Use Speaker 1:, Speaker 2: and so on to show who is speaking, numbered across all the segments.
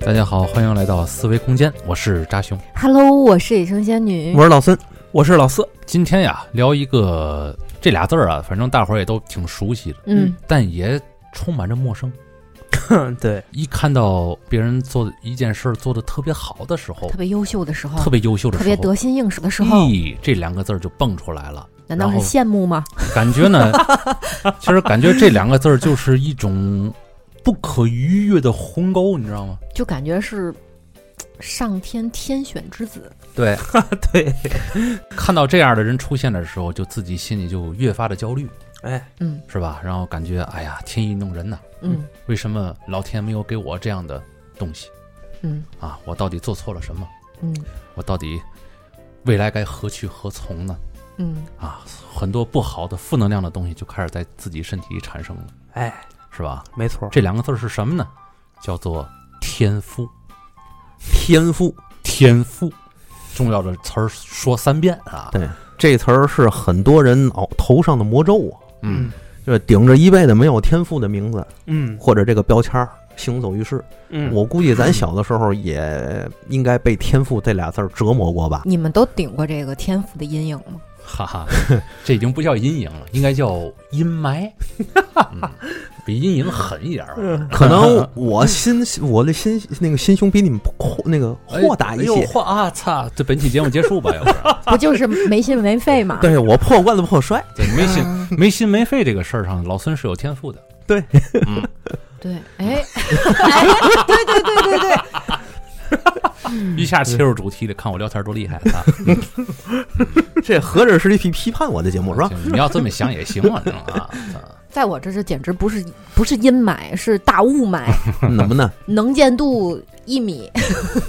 Speaker 1: 大家好，欢迎来到思维空间，我是扎兄。
Speaker 2: Hello，我是野生仙女。
Speaker 3: 我是老孙，哎我是老四。
Speaker 1: 今天呀，聊一个这俩字儿啊，反正大伙儿也都挺熟悉的，
Speaker 2: 嗯，
Speaker 1: 但也充满着陌生。
Speaker 3: 对，
Speaker 1: 一看到别人做一件事儿做的特别好的时候
Speaker 2: 特，别优秀的时候，
Speaker 1: 特别优秀的
Speaker 2: 特
Speaker 1: 时
Speaker 2: 别
Speaker 1: 候，
Speaker 2: 得心应手的时候，
Speaker 1: 咦，这两个字儿就蹦出来了。
Speaker 2: 难道是
Speaker 1: 然后
Speaker 2: 羡慕吗？
Speaker 1: 感觉 呢，其实感觉这两个字儿就是一种不可逾越的鸿沟，你知道吗？
Speaker 2: 就感觉是上天天选之子。
Speaker 1: 对，
Speaker 3: 对，
Speaker 1: 看到这样的人出现的时候，就自己心里就越发的焦虑，
Speaker 3: 哎，
Speaker 2: 嗯
Speaker 1: 是吧？然后感觉哎呀，天意弄人呐，
Speaker 2: 嗯
Speaker 1: 为什么老天没有给我这样的东西
Speaker 2: 嗯
Speaker 1: 啊？我到底做错了什么？
Speaker 2: 嗯
Speaker 1: 我到底未来该何去何从呢？
Speaker 2: 嗯，
Speaker 1: 啊，很多不好的负能量的东西就开始在自己身体里产生了，
Speaker 3: 哎，
Speaker 1: 是吧？
Speaker 3: 没错，
Speaker 1: 这两个字儿是什么呢？叫做天赋。
Speaker 3: 天赋
Speaker 1: 天赋，重要的词儿说三遍啊。
Speaker 4: 对这词儿是很多人脑头上的魔咒啊，
Speaker 1: 嗯，
Speaker 4: 就是顶着一辈子没有天赋的名字
Speaker 3: 嗯
Speaker 4: 或者这个标签儿行走于世。
Speaker 3: 嗯，
Speaker 4: 我估计咱小的时候也应该被“天赋”这俩字儿折磨过吧？
Speaker 2: 你们都顶过这个天赋的阴影吗？
Speaker 1: 哈哈，这已经不叫阴影了，应该叫阴霾，嗯、比阴影狠一点儿 吧。
Speaker 4: 可能我心我的心那个心胸比你们阔那个豁达一
Speaker 1: 哎呦
Speaker 4: 些。
Speaker 1: 豁啊！操，这本期节目结束吧，要不然
Speaker 2: 不就是没心没肺吗？
Speaker 4: 对我破罐子破摔，
Speaker 1: 对没心
Speaker 2: 啊
Speaker 1: 没心没肺这个事儿上，老孙是有天赋的。
Speaker 4: 对，
Speaker 1: 嗯，
Speaker 2: 对，哎，哎对对对对对，
Speaker 1: 一下切入主题的，看我聊天多厉害啊！
Speaker 4: 这合着是一批批判我的节目 是吧？
Speaker 1: 就你要这么想也行啊，这种啊，啊
Speaker 2: 在我这这简直不是不是阴霾，是大雾霾，
Speaker 4: 能不能？
Speaker 2: 能见度一米。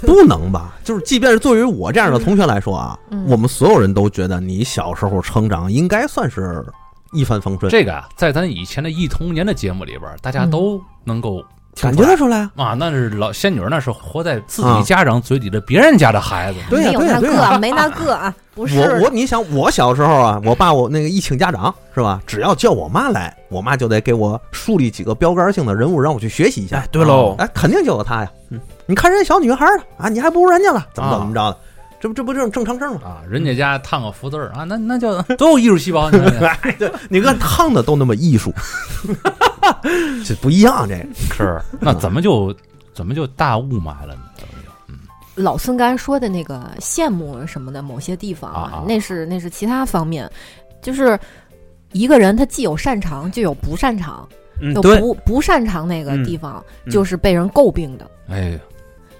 Speaker 4: 不能吧？就是即便是对于我这样的同学来说啊，
Speaker 2: 嗯
Speaker 4: 我们所有人都觉得你小时候成长应该算是一帆风顺，
Speaker 1: 这个啊，在咱以前的忆童年的节目里边儿，大家都能够听
Speaker 4: 感
Speaker 1: 出
Speaker 4: 觉
Speaker 1: 来
Speaker 4: 得出来啊。
Speaker 1: 啊，那是老仙女儿，那是活在自己家长嘴里的别人家的孩子。
Speaker 4: 对呀、啊
Speaker 2: 没有
Speaker 4: 对呀、
Speaker 2: 那
Speaker 4: 对呀、
Speaker 2: 个，没 那个啊，不是
Speaker 4: 我我你想我小时候啊，我爸我那个一请家长是吧？只要叫我妈来，我妈就得给我树立几个标杆性的人物，让我去学习一下
Speaker 3: 哎。，对喽，
Speaker 4: 哎，肯定就有她呀。
Speaker 3: 嗯，
Speaker 4: 你看人家小女孩儿啊，你还不如人家了，怎么
Speaker 1: 啊
Speaker 4: 怎么着的？这不这不就是正常事儿吗？
Speaker 1: 啊，人家家烫个福字儿啊，那那叫都有艺术细胞，啊你看
Speaker 4: 对， 你看烫的都那么艺 术，这不一样这个。
Speaker 1: 是那怎么就怎么就大雾霾了呢？怎么就
Speaker 2: 老孙刚才说的那个羡慕什么的某些地方
Speaker 1: 啊啊
Speaker 2: 那是那是其他方面，就是一个人他既有擅长，就有不擅长，
Speaker 3: 嗯
Speaker 2: 有
Speaker 3: 对，
Speaker 2: 不不擅长那个地方、
Speaker 3: 嗯
Speaker 2: 就是被人诟病的，
Speaker 1: 哎，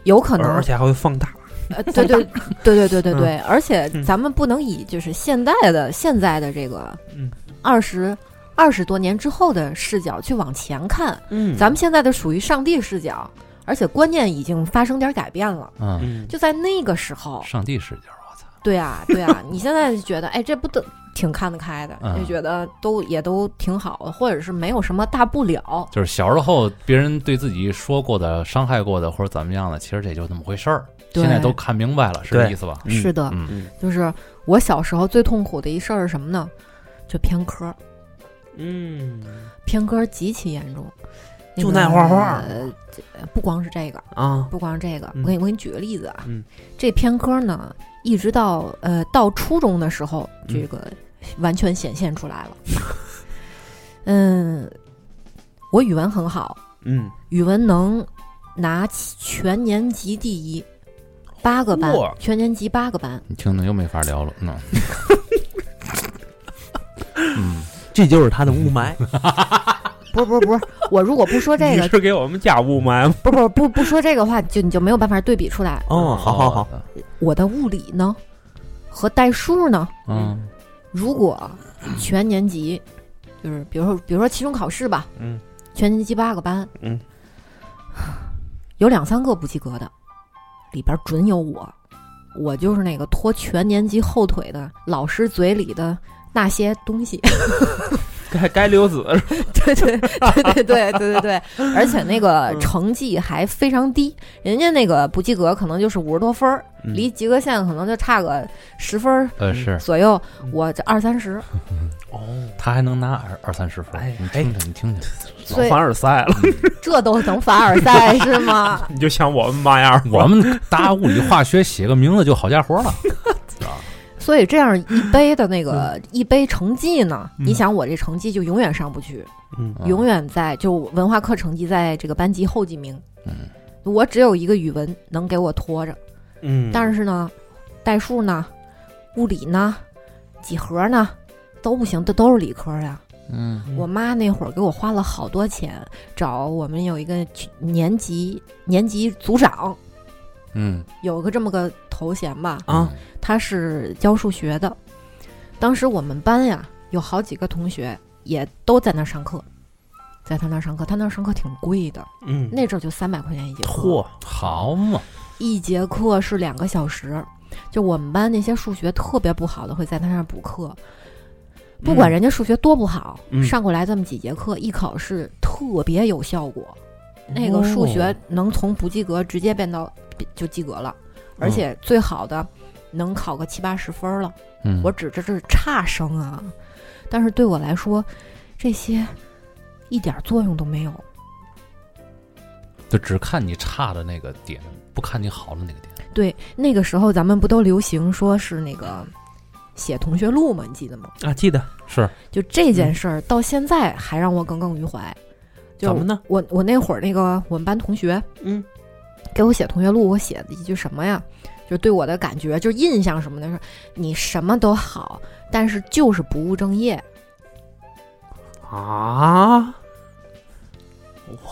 Speaker 2: 有可能
Speaker 3: 而且还嗯会放大，
Speaker 2: 呃，对对 对对对对对，而且
Speaker 3: 嗯
Speaker 2: 咱们不能以就是现在的现在的这个
Speaker 3: 嗯
Speaker 2: 二十二十多年之后的视角去往前看，
Speaker 3: 嗯
Speaker 2: 咱们现在的属于上帝视角，而且观念已经发生点改变了，
Speaker 1: 嗯，
Speaker 3: 嗯，
Speaker 2: 就在那个时候。
Speaker 1: 上帝视角，我操，
Speaker 2: 对啊，对啊，你现在就觉得，哎，这不都挺看得开的，
Speaker 1: 嗯
Speaker 2: 就觉得都也都挺好的，或者是没有什么大不了。
Speaker 1: 就是小时候别人对自己说过的、伤害过的或者怎么样的，其实这就那么回事儿。
Speaker 2: 对
Speaker 1: 现在都看明白了，是这
Speaker 3: 对
Speaker 1: 意思吧？
Speaker 3: 嗯
Speaker 2: 是的，
Speaker 1: 嗯，
Speaker 2: 就是我小时候最痛苦的一事儿是什么呢？就偏科，
Speaker 3: 嗯，
Speaker 2: 偏科极其严重。那
Speaker 3: 就
Speaker 2: 个
Speaker 3: 爱画画
Speaker 2: 呃，这不光是这个，
Speaker 3: 啊，
Speaker 2: 不光是这个，
Speaker 3: 嗯
Speaker 2: 我给你我给你举个例子啊，
Speaker 3: 嗯
Speaker 2: 这偏科呢，一直到呃到初中的时候，
Speaker 3: 嗯
Speaker 2: 这个完全显现出来了。嗯，我语文很好，
Speaker 3: 嗯，
Speaker 2: 语文能拿全年级第一，八个班
Speaker 3: 哇，
Speaker 2: 全年级八个 班，
Speaker 1: 你听听又没法聊了，嗯， 嗯，
Speaker 4: 这就是他的雾 霾。
Speaker 2: 不是不是不是，我如果不说这
Speaker 3: 你
Speaker 2: 个，
Speaker 3: 是给我们加雾霾吗？
Speaker 2: 不不不不说这个话，就你就没有办法对比出来。
Speaker 4: 哦，好好好，，
Speaker 2: 我的物理呢和代数呢，
Speaker 1: 嗯
Speaker 2: 如果全年级就是比如说比如说期中考试吧，
Speaker 3: 嗯，
Speaker 2: 全年级八个班，
Speaker 3: 嗯，
Speaker 2: 有两三个不及格的，里边准有我，我就是那个拖全年级后腿的老师嘴里的那些东西。
Speaker 3: 该该留子是吧
Speaker 2: 对对对对对对对对，而且那个成绩还非常低，人家那个不及格可能就是五十多分儿，
Speaker 3: 嗯
Speaker 2: 离及格线可能就差个十分儿
Speaker 1: 呃，是
Speaker 2: 左右，我这二三十，
Speaker 3: 哦，
Speaker 1: 他还能拿二二三十分
Speaker 3: 哎，
Speaker 1: 你听听，你听听，
Speaker 2: 所以
Speaker 3: 凡尔赛了，
Speaker 2: 这都能凡尔赛是吗？
Speaker 3: 你就像我们嘛样儿吧，
Speaker 1: 我们搭物理化学写个名字就好家伙了，
Speaker 2: 所以这样一杯的那个一杯成绩呢，你想我这成绩就永远上不去，
Speaker 3: 嗯
Speaker 1: 嗯
Speaker 2: 永远在就文化课成绩在这个班级后几名，
Speaker 1: 嗯
Speaker 2: 我只有一个语文能给我拖着。
Speaker 3: 嗯
Speaker 2: 但是呢，代数呢，物理呢，几何呢，都不行，这都是理科呀。
Speaker 1: 嗯
Speaker 3: 嗯
Speaker 2: 我妈那会儿给我花了好多钱，找我们有一个区年级年级组长，
Speaker 1: 嗯
Speaker 2: 有个这么个头衔吧，
Speaker 3: 啊，
Speaker 2: 他是教数学的。当时我们班呀，有好几个同学也都在那儿上课，在他那儿上课，他那儿上课挺贵的，
Speaker 3: 嗯
Speaker 2: 那阵儿就三百块钱一节课。
Speaker 3: 嚯，
Speaker 1: 好嘛，
Speaker 2: 一节课是两个小时，就我们班那些数学特别不好的会在他那儿补课，不管人家数学多不好，
Speaker 3: 嗯
Speaker 2: 上过来这么几节课，一考试特别有效果，那个
Speaker 3: 哦
Speaker 2: 数学能从不及格直接变到就及格了，而且最好的能考个七八十分儿了。
Speaker 1: 嗯，
Speaker 2: 我指这是差生啊，但是对我来说，这些一点儿作用都没有。
Speaker 1: 就只看你差的那个点，不看你好的那个点，
Speaker 2: 对，那个时候咱们不都流行说是那个写同学录吗？你记得吗？
Speaker 3: 啊，记得
Speaker 1: 是
Speaker 2: 就这
Speaker 3: 嗯
Speaker 2: 件事儿到现在还让我耿耿于怀。就
Speaker 3: 怎么呢？
Speaker 2: 我我那会儿那个我们班同学
Speaker 3: 嗯
Speaker 2: 给我写同学录，我写的一句什么呀？就对我的感觉，就印象什么的，说你什么都好，但是就是不务正业。
Speaker 3: 啊，哇，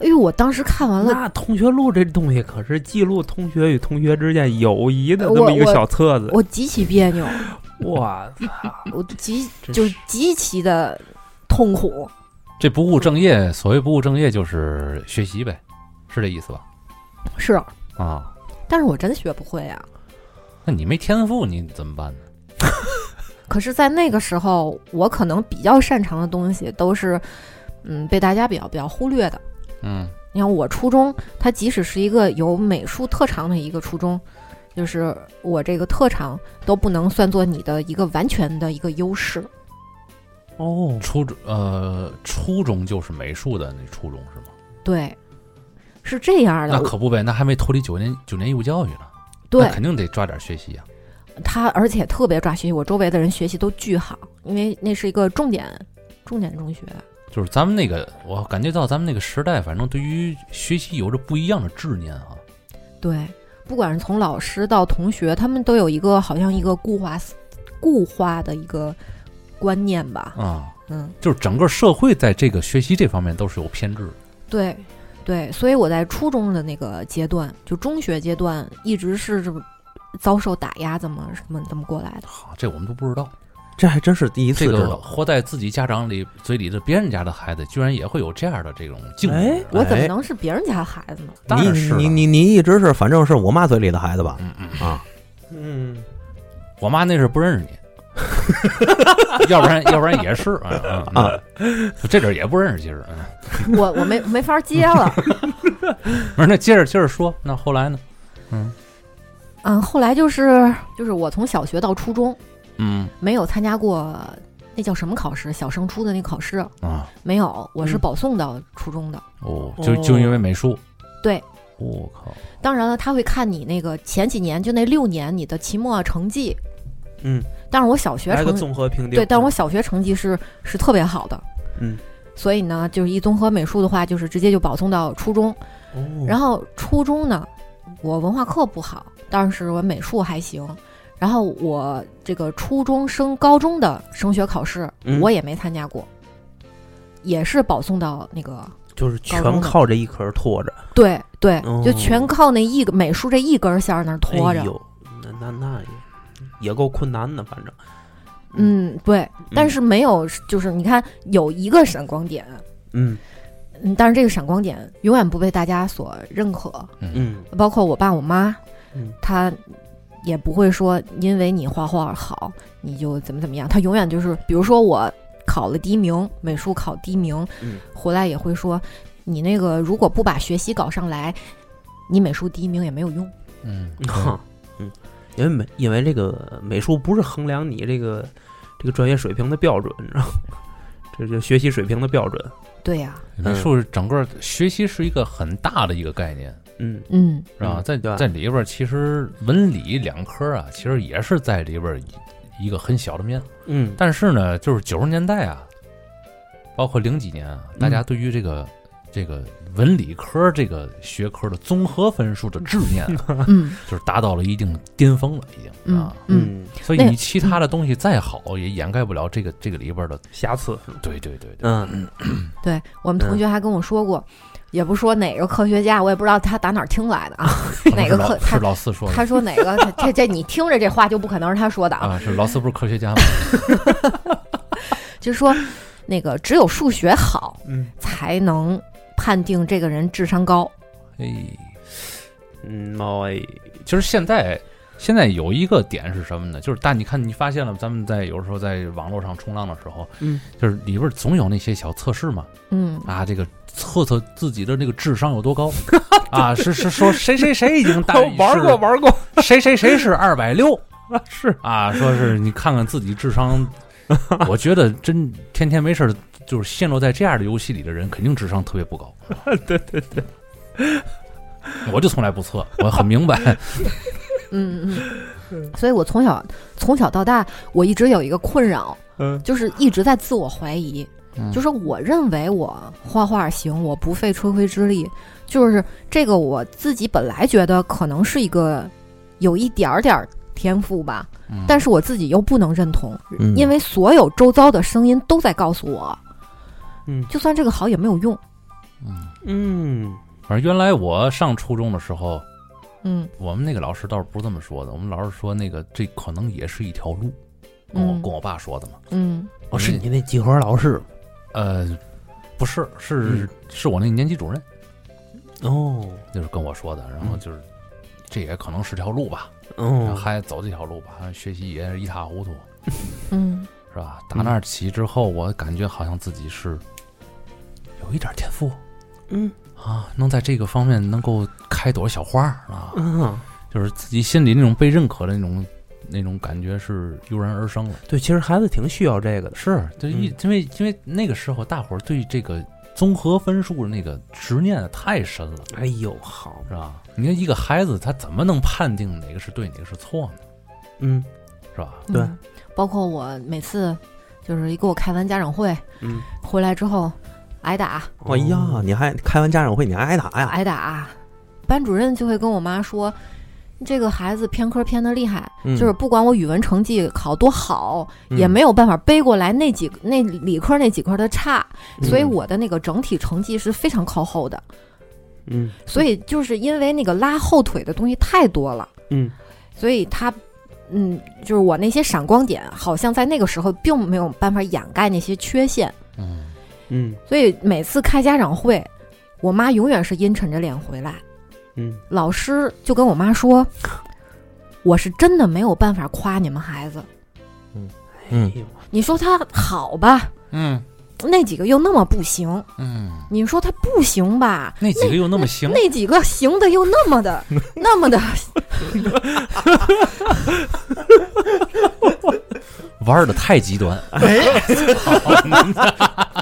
Speaker 2: 哎呦，我当时看完了，
Speaker 3: 那同学录这东西可是记录同学与同学之间友谊的
Speaker 2: 呃我
Speaker 3: 这么一个小册子，
Speaker 2: 我极其别扭，
Speaker 3: 哇操，
Speaker 2: 我极
Speaker 3: 真
Speaker 2: 就是极其的痛苦。
Speaker 1: 这不务正业，所谓不务正业就是学习呗，是这意思吧？
Speaker 2: 是，
Speaker 1: 啊，
Speaker 2: 但是我真学不会呀、啊
Speaker 1: 那你没天赋，你怎么办呢？
Speaker 2: 可是，在那个时候，我可能比较擅长的东西都是，嗯，被大家比较比较忽略的。
Speaker 1: 嗯
Speaker 2: 你看，我初中，它即使是一个有美术特长的一个初中，就是我这个特长都不能算作你的一个完全的一个优势。
Speaker 3: 哦，
Speaker 1: 初中呃，初中就是美术的那初中是吗？
Speaker 2: 对，是这样
Speaker 1: 那
Speaker 2: 的。
Speaker 1: 可不呗，那还没脱离九年九年义务教育呢，
Speaker 2: 对
Speaker 1: 那肯定得抓点学习啊。
Speaker 2: 他，而且特别抓学习，我周围的人学习都巨好，因为那是一个重点重点中学。啊
Speaker 1: 就是咱们那个，我感觉到咱们那个时代，反正对于学习有着不一样的执念啊。
Speaker 2: 对，不管是从老师到同学，他们都有一个好像一个固化思固化的一个观念吧。
Speaker 1: 啊、
Speaker 2: 嗯，
Speaker 1: 就是整个社会在这个学习这方面都是有偏执的。
Speaker 2: 对对，所以我在初中的那个阶段，就中学阶段，一直是这么遭受打压，怎么怎么怎么过来的。
Speaker 1: 好，这我们都不知道。
Speaker 4: 这还真是第一次
Speaker 1: 这
Speaker 4: 知
Speaker 1: 个
Speaker 4: 道。
Speaker 1: 活在自己家长里嘴里的别人家的孩子，居然也会有这样的这种境遇
Speaker 3: 哎。
Speaker 2: 我怎么
Speaker 4: 哎
Speaker 2: 能是别人家孩子呢？
Speaker 1: 当然是
Speaker 4: 你
Speaker 1: 了。
Speaker 4: 你你一直是，反正是我妈嘴里的孩子吧？
Speaker 1: 嗯嗯，
Speaker 4: 啊，
Speaker 3: 嗯，
Speaker 1: 我妈那是不认识你， 要不然要不然也是啊啊
Speaker 4: 啊
Speaker 1: 这阵儿也不认识，其实。嗯
Speaker 2: 我我没没法接了。
Speaker 1: 不是，那接着接着说，那后来呢？
Speaker 2: 嗯，后来就是就是我从小学到初中
Speaker 1: 嗯
Speaker 2: 没有参加过那叫什么考试，小升初的那考试
Speaker 1: 啊，
Speaker 2: 没有，我是
Speaker 3: 嗯
Speaker 2: 保送到初中的。
Speaker 1: 哦，就就因为美术。
Speaker 2: 对。
Speaker 1: 我靠，
Speaker 2: 当然了，他会看你那个前几年，就那六年你的期末成绩。
Speaker 3: 嗯，
Speaker 2: 但是我小学
Speaker 3: 来个
Speaker 2: 成绩
Speaker 3: 综合评定，
Speaker 2: 对，但是我小学成绩是是特别好的。
Speaker 3: 嗯，
Speaker 2: 所以呢，就是一综合美术的话，就是直接就保送到初中。
Speaker 3: 哦
Speaker 2: 然后初中呢，我文化课不好，但是我美术还行。然后我这个初中升高中的升学考试，
Speaker 3: 嗯
Speaker 2: 我也没参加过，也是保送到那个
Speaker 3: 就是
Speaker 2: 高中
Speaker 3: 全
Speaker 2: 的
Speaker 3: 靠这一壳拖着，
Speaker 2: 对对，
Speaker 3: 哦
Speaker 2: 就全靠那一个美术这一根线儿那儿拖着
Speaker 3: 哎。呦，那那那也也够困难的，反正，
Speaker 2: 嗯，对，但是没有，就是你看有一个闪光点，
Speaker 3: 嗯
Speaker 2: 嗯，但是这个闪光点永远不被大家所认可，
Speaker 3: 嗯
Speaker 2: 包括我爸我妈，
Speaker 3: 嗯
Speaker 2: 他也不会说因为你画画好你就怎么怎么样，他永远就是，比如说我考了第一名，美术考第一名，
Speaker 4: 嗯
Speaker 2: 回来也会说，你那个如果不把学习搞上来，你美术第一名也没有用。
Speaker 1: 嗯，
Speaker 3: 哈， 嗯，因为美因为这个美术不是衡量你这个这个专业水平的标准，你知道吗？这就学习水平的标准。
Speaker 2: 对呀、
Speaker 1: 美术是整个学习是一个很大的一个概念，
Speaker 3: 嗯，
Speaker 2: 嗯，
Speaker 1: 是吧？
Speaker 3: 嗯
Speaker 1: 在
Speaker 3: 对
Speaker 1: 在里边儿其实文理两科啊，其实也是在里边儿一一个很小的面。
Speaker 3: 嗯，
Speaker 1: 但是呢，就是九十年代啊，包括零几年啊，
Speaker 2: 嗯
Speaker 1: 大家对于这个、这个文理科这个学科的综合分数的执念啊、
Speaker 2: 嗯
Speaker 1: 就是达到了一定巅峰了，已经
Speaker 2: 嗯
Speaker 1: 啊。
Speaker 2: 嗯，
Speaker 1: 所以你其他的东西再好，也掩盖不了这个这个里边的。
Speaker 3: 瑕疵。
Speaker 1: 对对对对，
Speaker 3: 嗯
Speaker 2: 对我们同
Speaker 1: 嗯
Speaker 2: 学还跟我说过，也不说哪个科学家，我也不知道他打哪儿听来的啊，
Speaker 1: 可能
Speaker 2: 哪
Speaker 1: 是
Speaker 2: 个
Speaker 1: 老
Speaker 2: 科
Speaker 1: 是
Speaker 2: 他
Speaker 1: 老四说的
Speaker 2: 他说哪个这这你听着这话就不可能是他说的啊，
Speaker 1: 啊？是老四不是科学家 吗？
Speaker 2: 就是说那个只有数学好
Speaker 3: 嗯
Speaker 2: 才能判定这个人智商高。
Speaker 1: 哎，
Speaker 3: 嗯，猫哎，
Speaker 1: 其实现在。现在有一个点是什么呢？就是大，你看你发现了，咱们在有时候在网络上冲浪的时候，
Speaker 3: 嗯，
Speaker 1: 就是里边总有那些小测试嘛，
Speaker 2: 嗯
Speaker 1: 啊，这个测测自己的那个智商有多高啊？是是说谁谁谁已经大于
Speaker 3: 哦玩过玩过，
Speaker 1: 是谁谁谁是二百六
Speaker 3: 是
Speaker 1: 啊？说是你看看自己智商，我觉得真天天没事儿就是陷落在这样的游戏里的人，肯定智商特别不高。对对对，我就从来不测，我很明白。
Speaker 2: 嗯嗯， 所以我从小从小到大，我一直有一个困扰，
Speaker 3: 嗯
Speaker 2: 就是一直在自我怀疑，
Speaker 1: 嗯
Speaker 2: 就是我认为我画画行，我不费吹灰之力，就是这个我自己本来觉得可能是一个有一点儿点儿天赋吧，
Speaker 1: 嗯
Speaker 2: 但是我自己又不能认同，
Speaker 4: 嗯
Speaker 2: 因为所有周遭的声音都在告诉我，
Speaker 3: 嗯
Speaker 2: 就算这个好也没有用。
Speaker 1: 嗯，
Speaker 3: 嗯
Speaker 1: 反正原来我上初中的时候，
Speaker 2: 嗯
Speaker 1: 我们那个老师倒是不是这么说的，我们老师说那个这可能也是一条路，跟我
Speaker 2: 嗯
Speaker 1: 跟我爸说的嘛。
Speaker 2: 嗯
Speaker 4: 哦
Speaker 1: 我是
Speaker 3: 你那几何老师
Speaker 1: 呃，不是，是、
Speaker 3: 嗯
Speaker 1: 是我那年级主任
Speaker 3: 哦
Speaker 1: 就是跟我说的，然
Speaker 3: 嗯
Speaker 1: 后就是、这也可能是条路吧，
Speaker 3: 哦，
Speaker 1: 还走这条路吧，学习也是一塌糊涂，
Speaker 2: 嗯
Speaker 1: 是吧？打那儿起之后，我感觉好像自己是有一点天赋
Speaker 3: 嗯
Speaker 1: 啊，能在这个方面能够开朵小花儿啊，
Speaker 3: 嗯，
Speaker 1: 就是自己心里那种被认可的那种那种感觉是油然而生了。
Speaker 3: 对，其实孩子挺需要这个的。
Speaker 1: 是，就一、
Speaker 3: 嗯
Speaker 1: 因为因为那个时候大伙儿对这个综合分数的那个执念太深了。
Speaker 3: 哎呦，好，
Speaker 1: 是吧？你看一个孩子，他怎么能判定哪个是对，哪个是错呢？
Speaker 3: 嗯
Speaker 1: 是吧？
Speaker 2: 嗯
Speaker 3: 对，
Speaker 2: 包括我每次就是一给我开完家长会
Speaker 3: 嗯，哦
Speaker 2: 回来之后挨打
Speaker 4: 哎呀，你还开完家长会你还挨 打呀？
Speaker 2: 挨打，班主任就会跟我妈说。这个孩子偏科偏的厉害，
Speaker 4: 嗯
Speaker 2: 就是不管我语文成绩考多好，
Speaker 4: 嗯
Speaker 2: 也没有办法背过来那几那理科那几科的差，
Speaker 3: 嗯
Speaker 2: 所以我的那个整体成绩是非常靠后的。
Speaker 3: 嗯
Speaker 2: 所以就是因为那个拉后腿的东西太多了，
Speaker 3: 嗯
Speaker 2: 所以他，嗯，就是我那些闪光点，好像在那个时候并没有办法掩盖那些缺陷，
Speaker 1: 嗯，
Speaker 3: 嗯
Speaker 2: 所以每次开家长会，我妈永远是阴沉着脸回来，
Speaker 3: 嗯
Speaker 2: 老师就跟我妈说，我是真的没有办法夸你们孩子，
Speaker 4: 嗯
Speaker 3: 哎呦
Speaker 2: 你说他好吧，
Speaker 1: 嗯
Speaker 2: 那几个又那么不行，
Speaker 1: 嗯，
Speaker 2: 你说他不行吧，
Speaker 1: 那几个又那么行，
Speaker 2: 那几个行的又那 么的那么的
Speaker 1: 玩的太极端。
Speaker 4: 哎，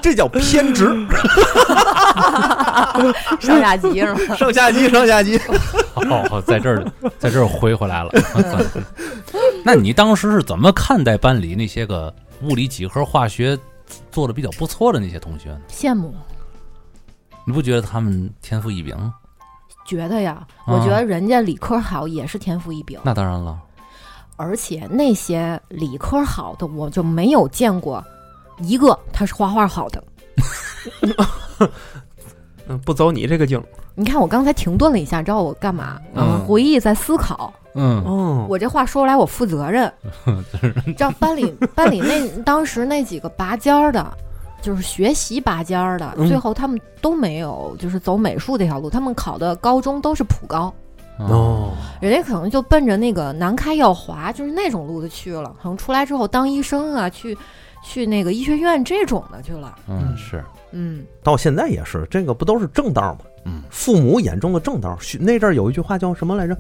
Speaker 4: 这叫偏执，
Speaker 2: 上下级是吗？
Speaker 4: 上下级，上下级。
Speaker 1: 哦，在这儿， 在这儿回回来了。 那你当时是怎么看待班里那些个物理、几何、化学做的比较不错的那些同学呢？
Speaker 2: 羡慕。
Speaker 1: 你不觉得他们天赋异禀？
Speaker 2: 觉得呀，
Speaker 1: 啊
Speaker 2: 我觉得人家理科好也是天赋异禀，
Speaker 1: 那当然了，
Speaker 2: 而且那些理科好的，我就没有见过一个他是画画好的。
Speaker 3: 嗯，不走你这个径。
Speaker 2: 你看，我刚才停顿了一下，知道我干嘛？
Speaker 1: 嗯
Speaker 2: 我回忆在思考。
Speaker 1: 嗯，
Speaker 3: 哦，
Speaker 2: 我这话说出来，我负责 任。你知道班里班里那当时那几个拔尖儿的，就是学习拔尖儿的，
Speaker 3: 嗯
Speaker 2: 最后他们都没有就是走美术这条路，他们考的高中都是普高，
Speaker 1: 哦，
Speaker 2: 人家可能就奔着那个南开耀华就是那种路子去了，可能出来之后当医生啊，去去那个医学院这种的去了。
Speaker 1: 嗯，是，
Speaker 2: 嗯，
Speaker 4: 到现在也是，这个不都是正道吗？
Speaker 1: 嗯，
Speaker 4: 父母眼中的正道。学那阵儿有一句话叫什么来着？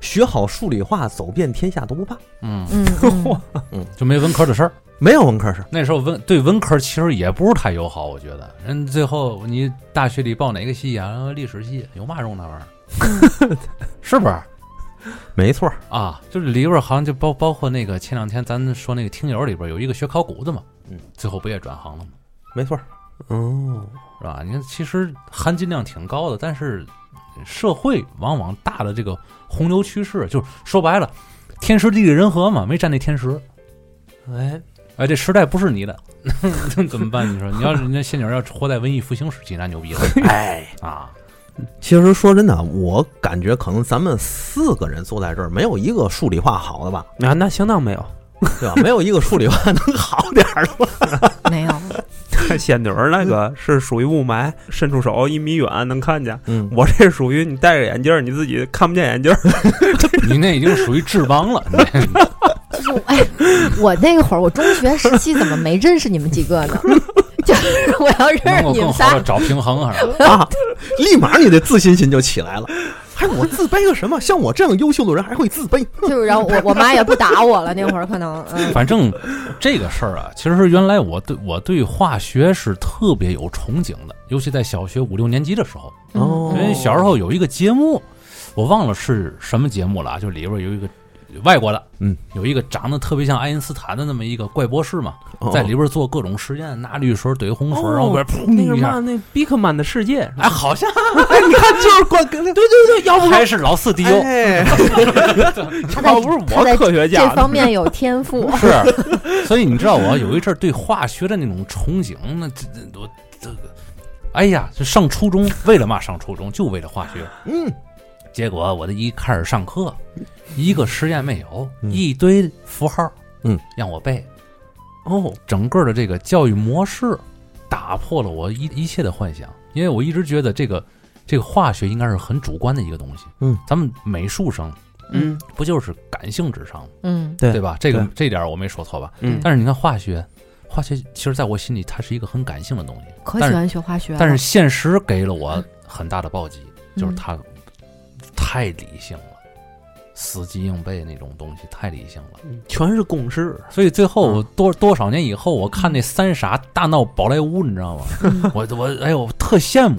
Speaker 4: 学好数理化，走遍天下都不怕。
Speaker 1: 嗯，
Speaker 2: 嗯，嗯
Speaker 1: 就没文科的事儿。
Speaker 4: 没有文科生，
Speaker 1: 那时候文对文科其实也不是太友好，我觉得。人最后你大学里报哪个系啊？历史系有嘛用那玩意儿？ 是不是
Speaker 4: 没错儿。
Speaker 1: 啊？就是里边好像就包包括那个前两天咱说那个听友里边有一个学考古的嘛，
Speaker 4: 嗯，
Speaker 1: 最后不也转行了吗？
Speaker 4: 没错儿。哦，
Speaker 1: 是吧？你看，其实含金量挺高的，但是社会往往大的这个洪流趋势，就是说白了，天时地利人和嘛，没占那天时，
Speaker 3: 哎，
Speaker 1: 哎，这时代不是你的， 那怎么办？你说，你要是人家仙女要活在文艺复兴时期，那牛逼了
Speaker 4: 哎，
Speaker 1: 啊！
Speaker 4: 其实说真的，我感觉可能咱们四个人坐在这儿，没有一个数理化好的吧，
Speaker 3: 啊，那相当没 有，
Speaker 4: 对吧？没有一个数理化能好点儿的吧。
Speaker 2: 没有，
Speaker 3: 仙女儿那个是属于雾霾，伸出手一米远能看见。
Speaker 4: 嗯，
Speaker 3: 我这属于你戴着眼镜儿，你自己看不见眼镜儿。
Speaker 1: 你那已经属于智帮了，你
Speaker 2: 就是我哎，我那会儿我中学时期怎么没认识你们几个呢？ 就是我要
Speaker 1: 那能够
Speaker 2: 认识你们
Speaker 1: 更好
Speaker 2: 仨
Speaker 1: 的，找平衡啊！
Speaker 4: 啊，立马你的自信心就起来了。还我自卑个什么？像我这样优秀的人还会自卑？
Speaker 2: 就是然后我我妈也不打我了，那会儿可能 嗯
Speaker 1: 反正这个事儿啊，其实是原来我对我对化学是特别有憧憬的，尤其在小学五六年级的时候，
Speaker 2: 嗯
Speaker 4: 哦
Speaker 1: 因为小时候有一个节目，我忘了是什么节目了啊，就里边有一个外国的，
Speaker 4: 嗯，
Speaker 1: 有一个长得特别像爱因斯坦的那么一个怪博士嘛，在里边做各种实验，拿绿水怼红水，
Speaker 3: 哦
Speaker 1: 然后边
Speaker 3: 那
Speaker 1: 砰
Speaker 3: 个
Speaker 1: 一
Speaker 3: 嘛，
Speaker 1: 下，
Speaker 3: 那比克曼的世界，
Speaker 1: 哎，好像
Speaker 4: 哎，你看就是关 跟对对对，要
Speaker 1: 还是老四低优，。
Speaker 4: 哎，
Speaker 2: 他在
Speaker 3: 要不是
Speaker 2: 他在
Speaker 3: 我科学
Speaker 2: 这
Speaker 3: 家呢，
Speaker 2: 方面有天赋
Speaker 1: 是，所以你知道我有一阵儿对化学的那种憧憬，那这这我这个，哎呀，就上初中为了嘛上初中，就为了化学。
Speaker 4: 嗯，
Speaker 1: 结果我的一开始上课，一个实验没有，
Speaker 4: 嗯
Speaker 1: 一堆符号，
Speaker 4: 嗯，
Speaker 1: 让我背，
Speaker 3: 哦，
Speaker 1: 整个的这个教育模式打破了我一一切的幻想，因为我一直觉得这个这个化学应该是很主观的一个东西，
Speaker 4: 嗯，
Speaker 1: 咱们美术生
Speaker 3: 嗯
Speaker 1: 不就是感性至上吗，
Speaker 2: 嗯，
Speaker 3: 对
Speaker 1: 对吧？这个这点儿我没说错吧？
Speaker 3: 嗯
Speaker 1: 但是你看化学，化学其实在我心里它是一个很感性的东西，
Speaker 2: 可
Speaker 1: 但
Speaker 2: 喜
Speaker 1: 是
Speaker 2: 欢学化学了，
Speaker 1: 但是现实给了我很大的暴击，就是
Speaker 2: 嗯
Speaker 1: 它太理性了，死记硬背那种东西太理性了。
Speaker 3: 嗯
Speaker 1: 嗯
Speaker 3: 全是公式。
Speaker 1: 所以最后多多少年以后，我看那三傻大闹宝莱坞，你知道吗？
Speaker 2: 嗯
Speaker 1: 我我哎呦，我特羡慕，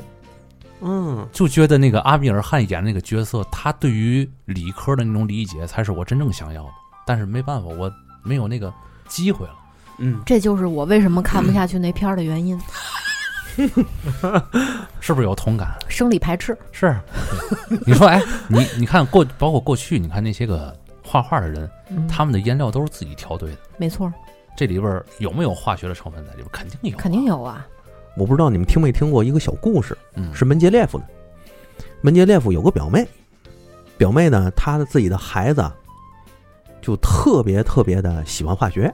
Speaker 3: 嗯，
Speaker 1: 就觉得那个阿米尔汗演那个角色，他对于理科的那种理解才是我真正想要的。但是没办法，我没有那个机会了。
Speaker 3: 嗯，
Speaker 2: 这就是我为什么看不下去那片儿的原因，
Speaker 1: 是不是有同感？
Speaker 2: 生理排斥。
Speaker 1: 是， 你说哎，你你看过，包括过去，你看那些个画画的人，
Speaker 2: 嗯，
Speaker 1: 他们的颜料都是自己调对的，
Speaker 2: 没错，
Speaker 1: 这里边儿有没有化学的成分在里边儿？肯定有，
Speaker 2: 肯定。有啊。
Speaker 4: 我不知道你们听没听过一个小故事，
Speaker 1: 嗯，
Speaker 4: 是门捷列夫的。门捷列夫有个表妹，表妹呢，她的自己的孩子啊就特别特别的喜欢化学。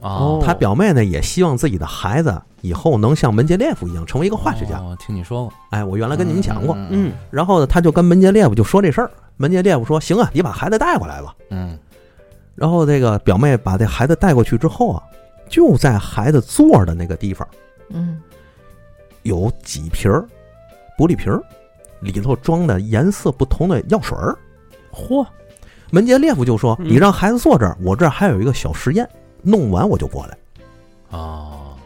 Speaker 1: 啊，
Speaker 4: 她表妹呢，也希望自己的孩子以后能像门捷列夫一样成为一个化学家。
Speaker 1: 哦，听你说过，
Speaker 4: 哎，我原来跟你们讲过。
Speaker 1: 嗯
Speaker 3: 嗯，
Speaker 4: 然后呢，她就跟门捷列夫就说这事儿。门捷列夫说：“行啊，你把孩子带过来吧。”
Speaker 1: 嗯
Speaker 4: 然后这个表妹把这孩子带过去之后啊，就在孩子坐的那个地方
Speaker 2: 嗯，
Speaker 4: 有几瓶儿玻璃瓶儿，里头装的颜色不同的药水儿。
Speaker 3: 嚯，
Speaker 4: 门捷列夫就说：“
Speaker 3: 嗯
Speaker 4: 你让孩子坐这儿，我这儿还有一个小实验，弄完我就过来。
Speaker 1: 嗯哦，”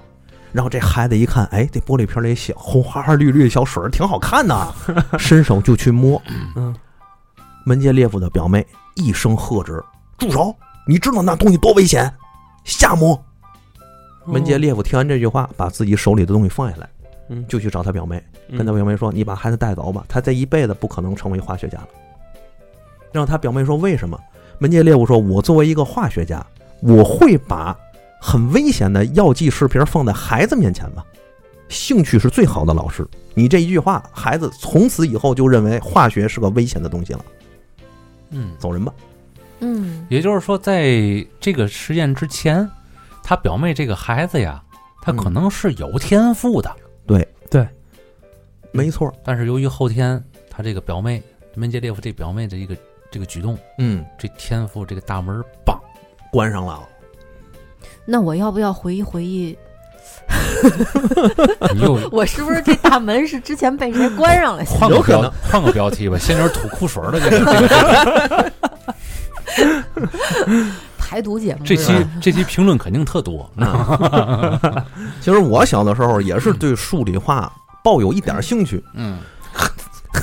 Speaker 4: 然后这孩子一看，哎，这玻璃瓶里小红花花绿绿小水儿挺好看 呐，伸手就去摸。
Speaker 3: 嗯，
Speaker 4: 门捷列夫的表妹一声喝止：“住手！你知道那东西多危险，瞎摸！”
Speaker 3: 哦
Speaker 4: 门捷列夫听完这句话，把自己手里的东西放下来，
Speaker 3: 嗯
Speaker 4: 就去找他表妹，
Speaker 3: 嗯
Speaker 4: 跟他表妹说：“你把孩子带走吧，他这一辈子不可能成为化学家了。”然后他表妹说：“为什么？”门捷列夫说：“我作为一个化学家，我会把很危险的药剂视频放在孩子面前吗？兴趣是最好的老师。你这一句话，孩子从此以后就认为化学是个危险的东西了。
Speaker 1: 嗯，
Speaker 4: 走人吧。
Speaker 2: 嗯，
Speaker 1: 也就是说，在这个实验之前，他表妹这个孩子呀，他
Speaker 4: 嗯
Speaker 1: 可能是有天赋的，
Speaker 4: 没错，
Speaker 1: 但是由于后天他这个表妹门捷列夫这表妹的一个这个举动，
Speaker 4: 嗯，啊
Speaker 1: 这天赋这个大门儿棒
Speaker 4: 关上了。
Speaker 2: 那我要不要回忆回忆，
Speaker 1: 你又
Speaker 2: 我是不是这大门是之前被谁关上了？
Speaker 1: 换
Speaker 4: 有
Speaker 1: 个
Speaker 4: 可
Speaker 1: 标
Speaker 4: 能
Speaker 1: 换个标题吧，先有点吐苦水儿的这个这 个
Speaker 2: 排毒节目
Speaker 1: 这
Speaker 2: 是
Speaker 1: 期
Speaker 2: 吧
Speaker 4: 嗯
Speaker 1: 这期评论肯定特多，
Speaker 4: 其实我小的时候也是对数理化抱有一点儿兴趣，
Speaker 1: 嗯，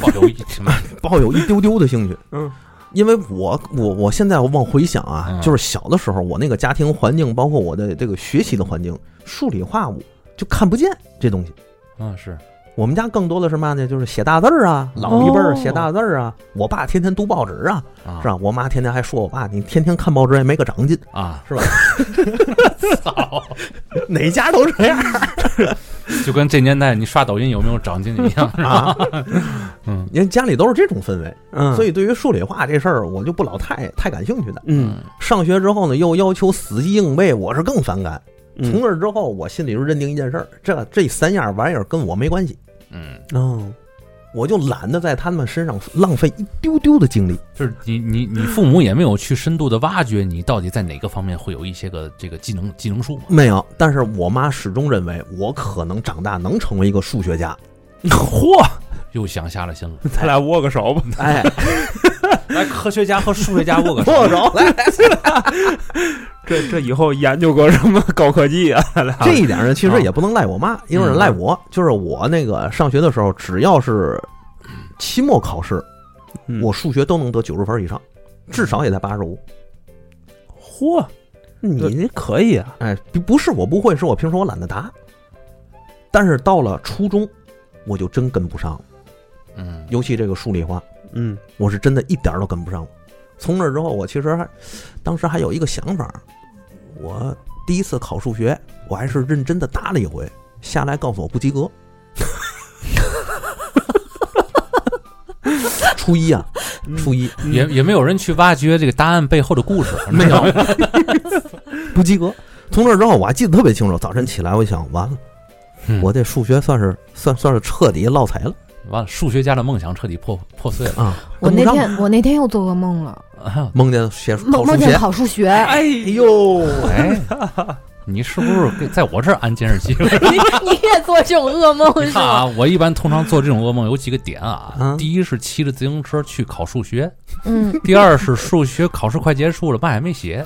Speaker 1: 保留一什么？
Speaker 4: 抱有一丢丢的兴趣。
Speaker 3: 嗯，
Speaker 4: 因为我我我现在我往回想啊
Speaker 1: 嗯，
Speaker 4: 就是小的时候我那个家庭环境，包括我的这个学习的环境，数理化我就看不见这东西。
Speaker 1: 嗯，是
Speaker 4: 我们家更多的是嘛呢？就是写大字儿啊，老一辈儿
Speaker 3: 哦
Speaker 4: 写大字儿啊。我爸天天读报纸啊，
Speaker 1: 啊
Speaker 4: 是吧？我妈天天还说我爸，你天天看报纸也没个长进，
Speaker 1: 啊，
Speaker 4: 是吧？
Speaker 1: 操，
Speaker 4: 哪家都这样
Speaker 1: 就跟这年代你刷抖音有没有长进一样。
Speaker 4: 啊。
Speaker 1: 嗯，
Speaker 4: 因为家里都是这种氛围，
Speaker 3: 嗯，
Speaker 4: 所
Speaker 3: 以
Speaker 4: 以对于数理化这事儿，我就不老太太感兴趣的。
Speaker 3: 嗯，
Speaker 4: 上学之后呢，又要求死记硬背，我是更反感。
Speaker 3: 嗯
Speaker 4: 从那之后，我心里就认定一件事儿：这这三样玩意儿跟我没关系，
Speaker 1: 嗯，
Speaker 3: 哦，
Speaker 4: 我就懒得在他们身上浪费一丢丢的精力。
Speaker 1: 就是你你你父母也没有去深度的挖掘你到底在哪个方面会有一些个这个技能技能树嘛？
Speaker 4: 没有，但是我妈始终认为我可能长大能成为一个数学 家。
Speaker 3: 嚯，
Speaker 1: 又想下了心了。
Speaker 3: 咱俩握个手吧。
Speaker 4: 哎，
Speaker 1: 来，科学家和数学家握 个
Speaker 4: 握 手来，
Speaker 3: 这这以后研究个什么 高科技啊？咱俩
Speaker 4: 这一点呢，其
Speaker 3: 啊
Speaker 4: 实也不能赖我妈，也有人
Speaker 3: 嗯
Speaker 4: 赖我。就是我那个上学的时候，只要是期末考试，
Speaker 3: 嗯
Speaker 4: 我数学都能得九十分以上，至少也在八十五。
Speaker 3: 嚯，你这可以啊。
Speaker 4: 哎，不不是我不会，是我平时我懒得答。但是到了初中，我就真跟不上了，
Speaker 1: 嗯，
Speaker 4: 尤其这个数理化，
Speaker 3: 嗯
Speaker 4: 我是真的一点儿都跟不上了。从那之后，我其实还当时还有一个想法，我第一次考数学，我还是认真的答了一回，下来告诉我不及格。 初一啊，
Speaker 3: 嗯
Speaker 4: 初一
Speaker 1: 嗯也也没有人去挖掘这个答案背后的故事，
Speaker 4: 没有 不及格。从那之后，我还记得特别清楚。早晨起来，我一想，完了，
Speaker 1: 嗯
Speaker 4: 我这数学算是算算是彻底落财了
Speaker 1: 完了，数学家的梦想彻底破破碎了。
Speaker 4: 啊！
Speaker 2: 我
Speaker 4: 跟不
Speaker 2: 那
Speaker 4: 上
Speaker 2: 天我那天又做噩梦了，
Speaker 1: 啊
Speaker 4: 梦见写考
Speaker 2: 梦
Speaker 4: 数
Speaker 2: 梦见
Speaker 4: 学，
Speaker 2: 考数学，
Speaker 3: 哎
Speaker 4: 呦，
Speaker 1: 哎，你是不是给在我这儿安监视 器？
Speaker 2: 你 你也做这种噩梦
Speaker 1: 你
Speaker 2: 是
Speaker 1: 看啊，
Speaker 2: 吗？
Speaker 1: 我一般通常做这种噩梦有几个点啊
Speaker 4: 嗯。
Speaker 1: 第一是骑着自行车去考数学，
Speaker 2: 嗯，
Speaker 1: 第二是数学考试快结束了，嘛也没写，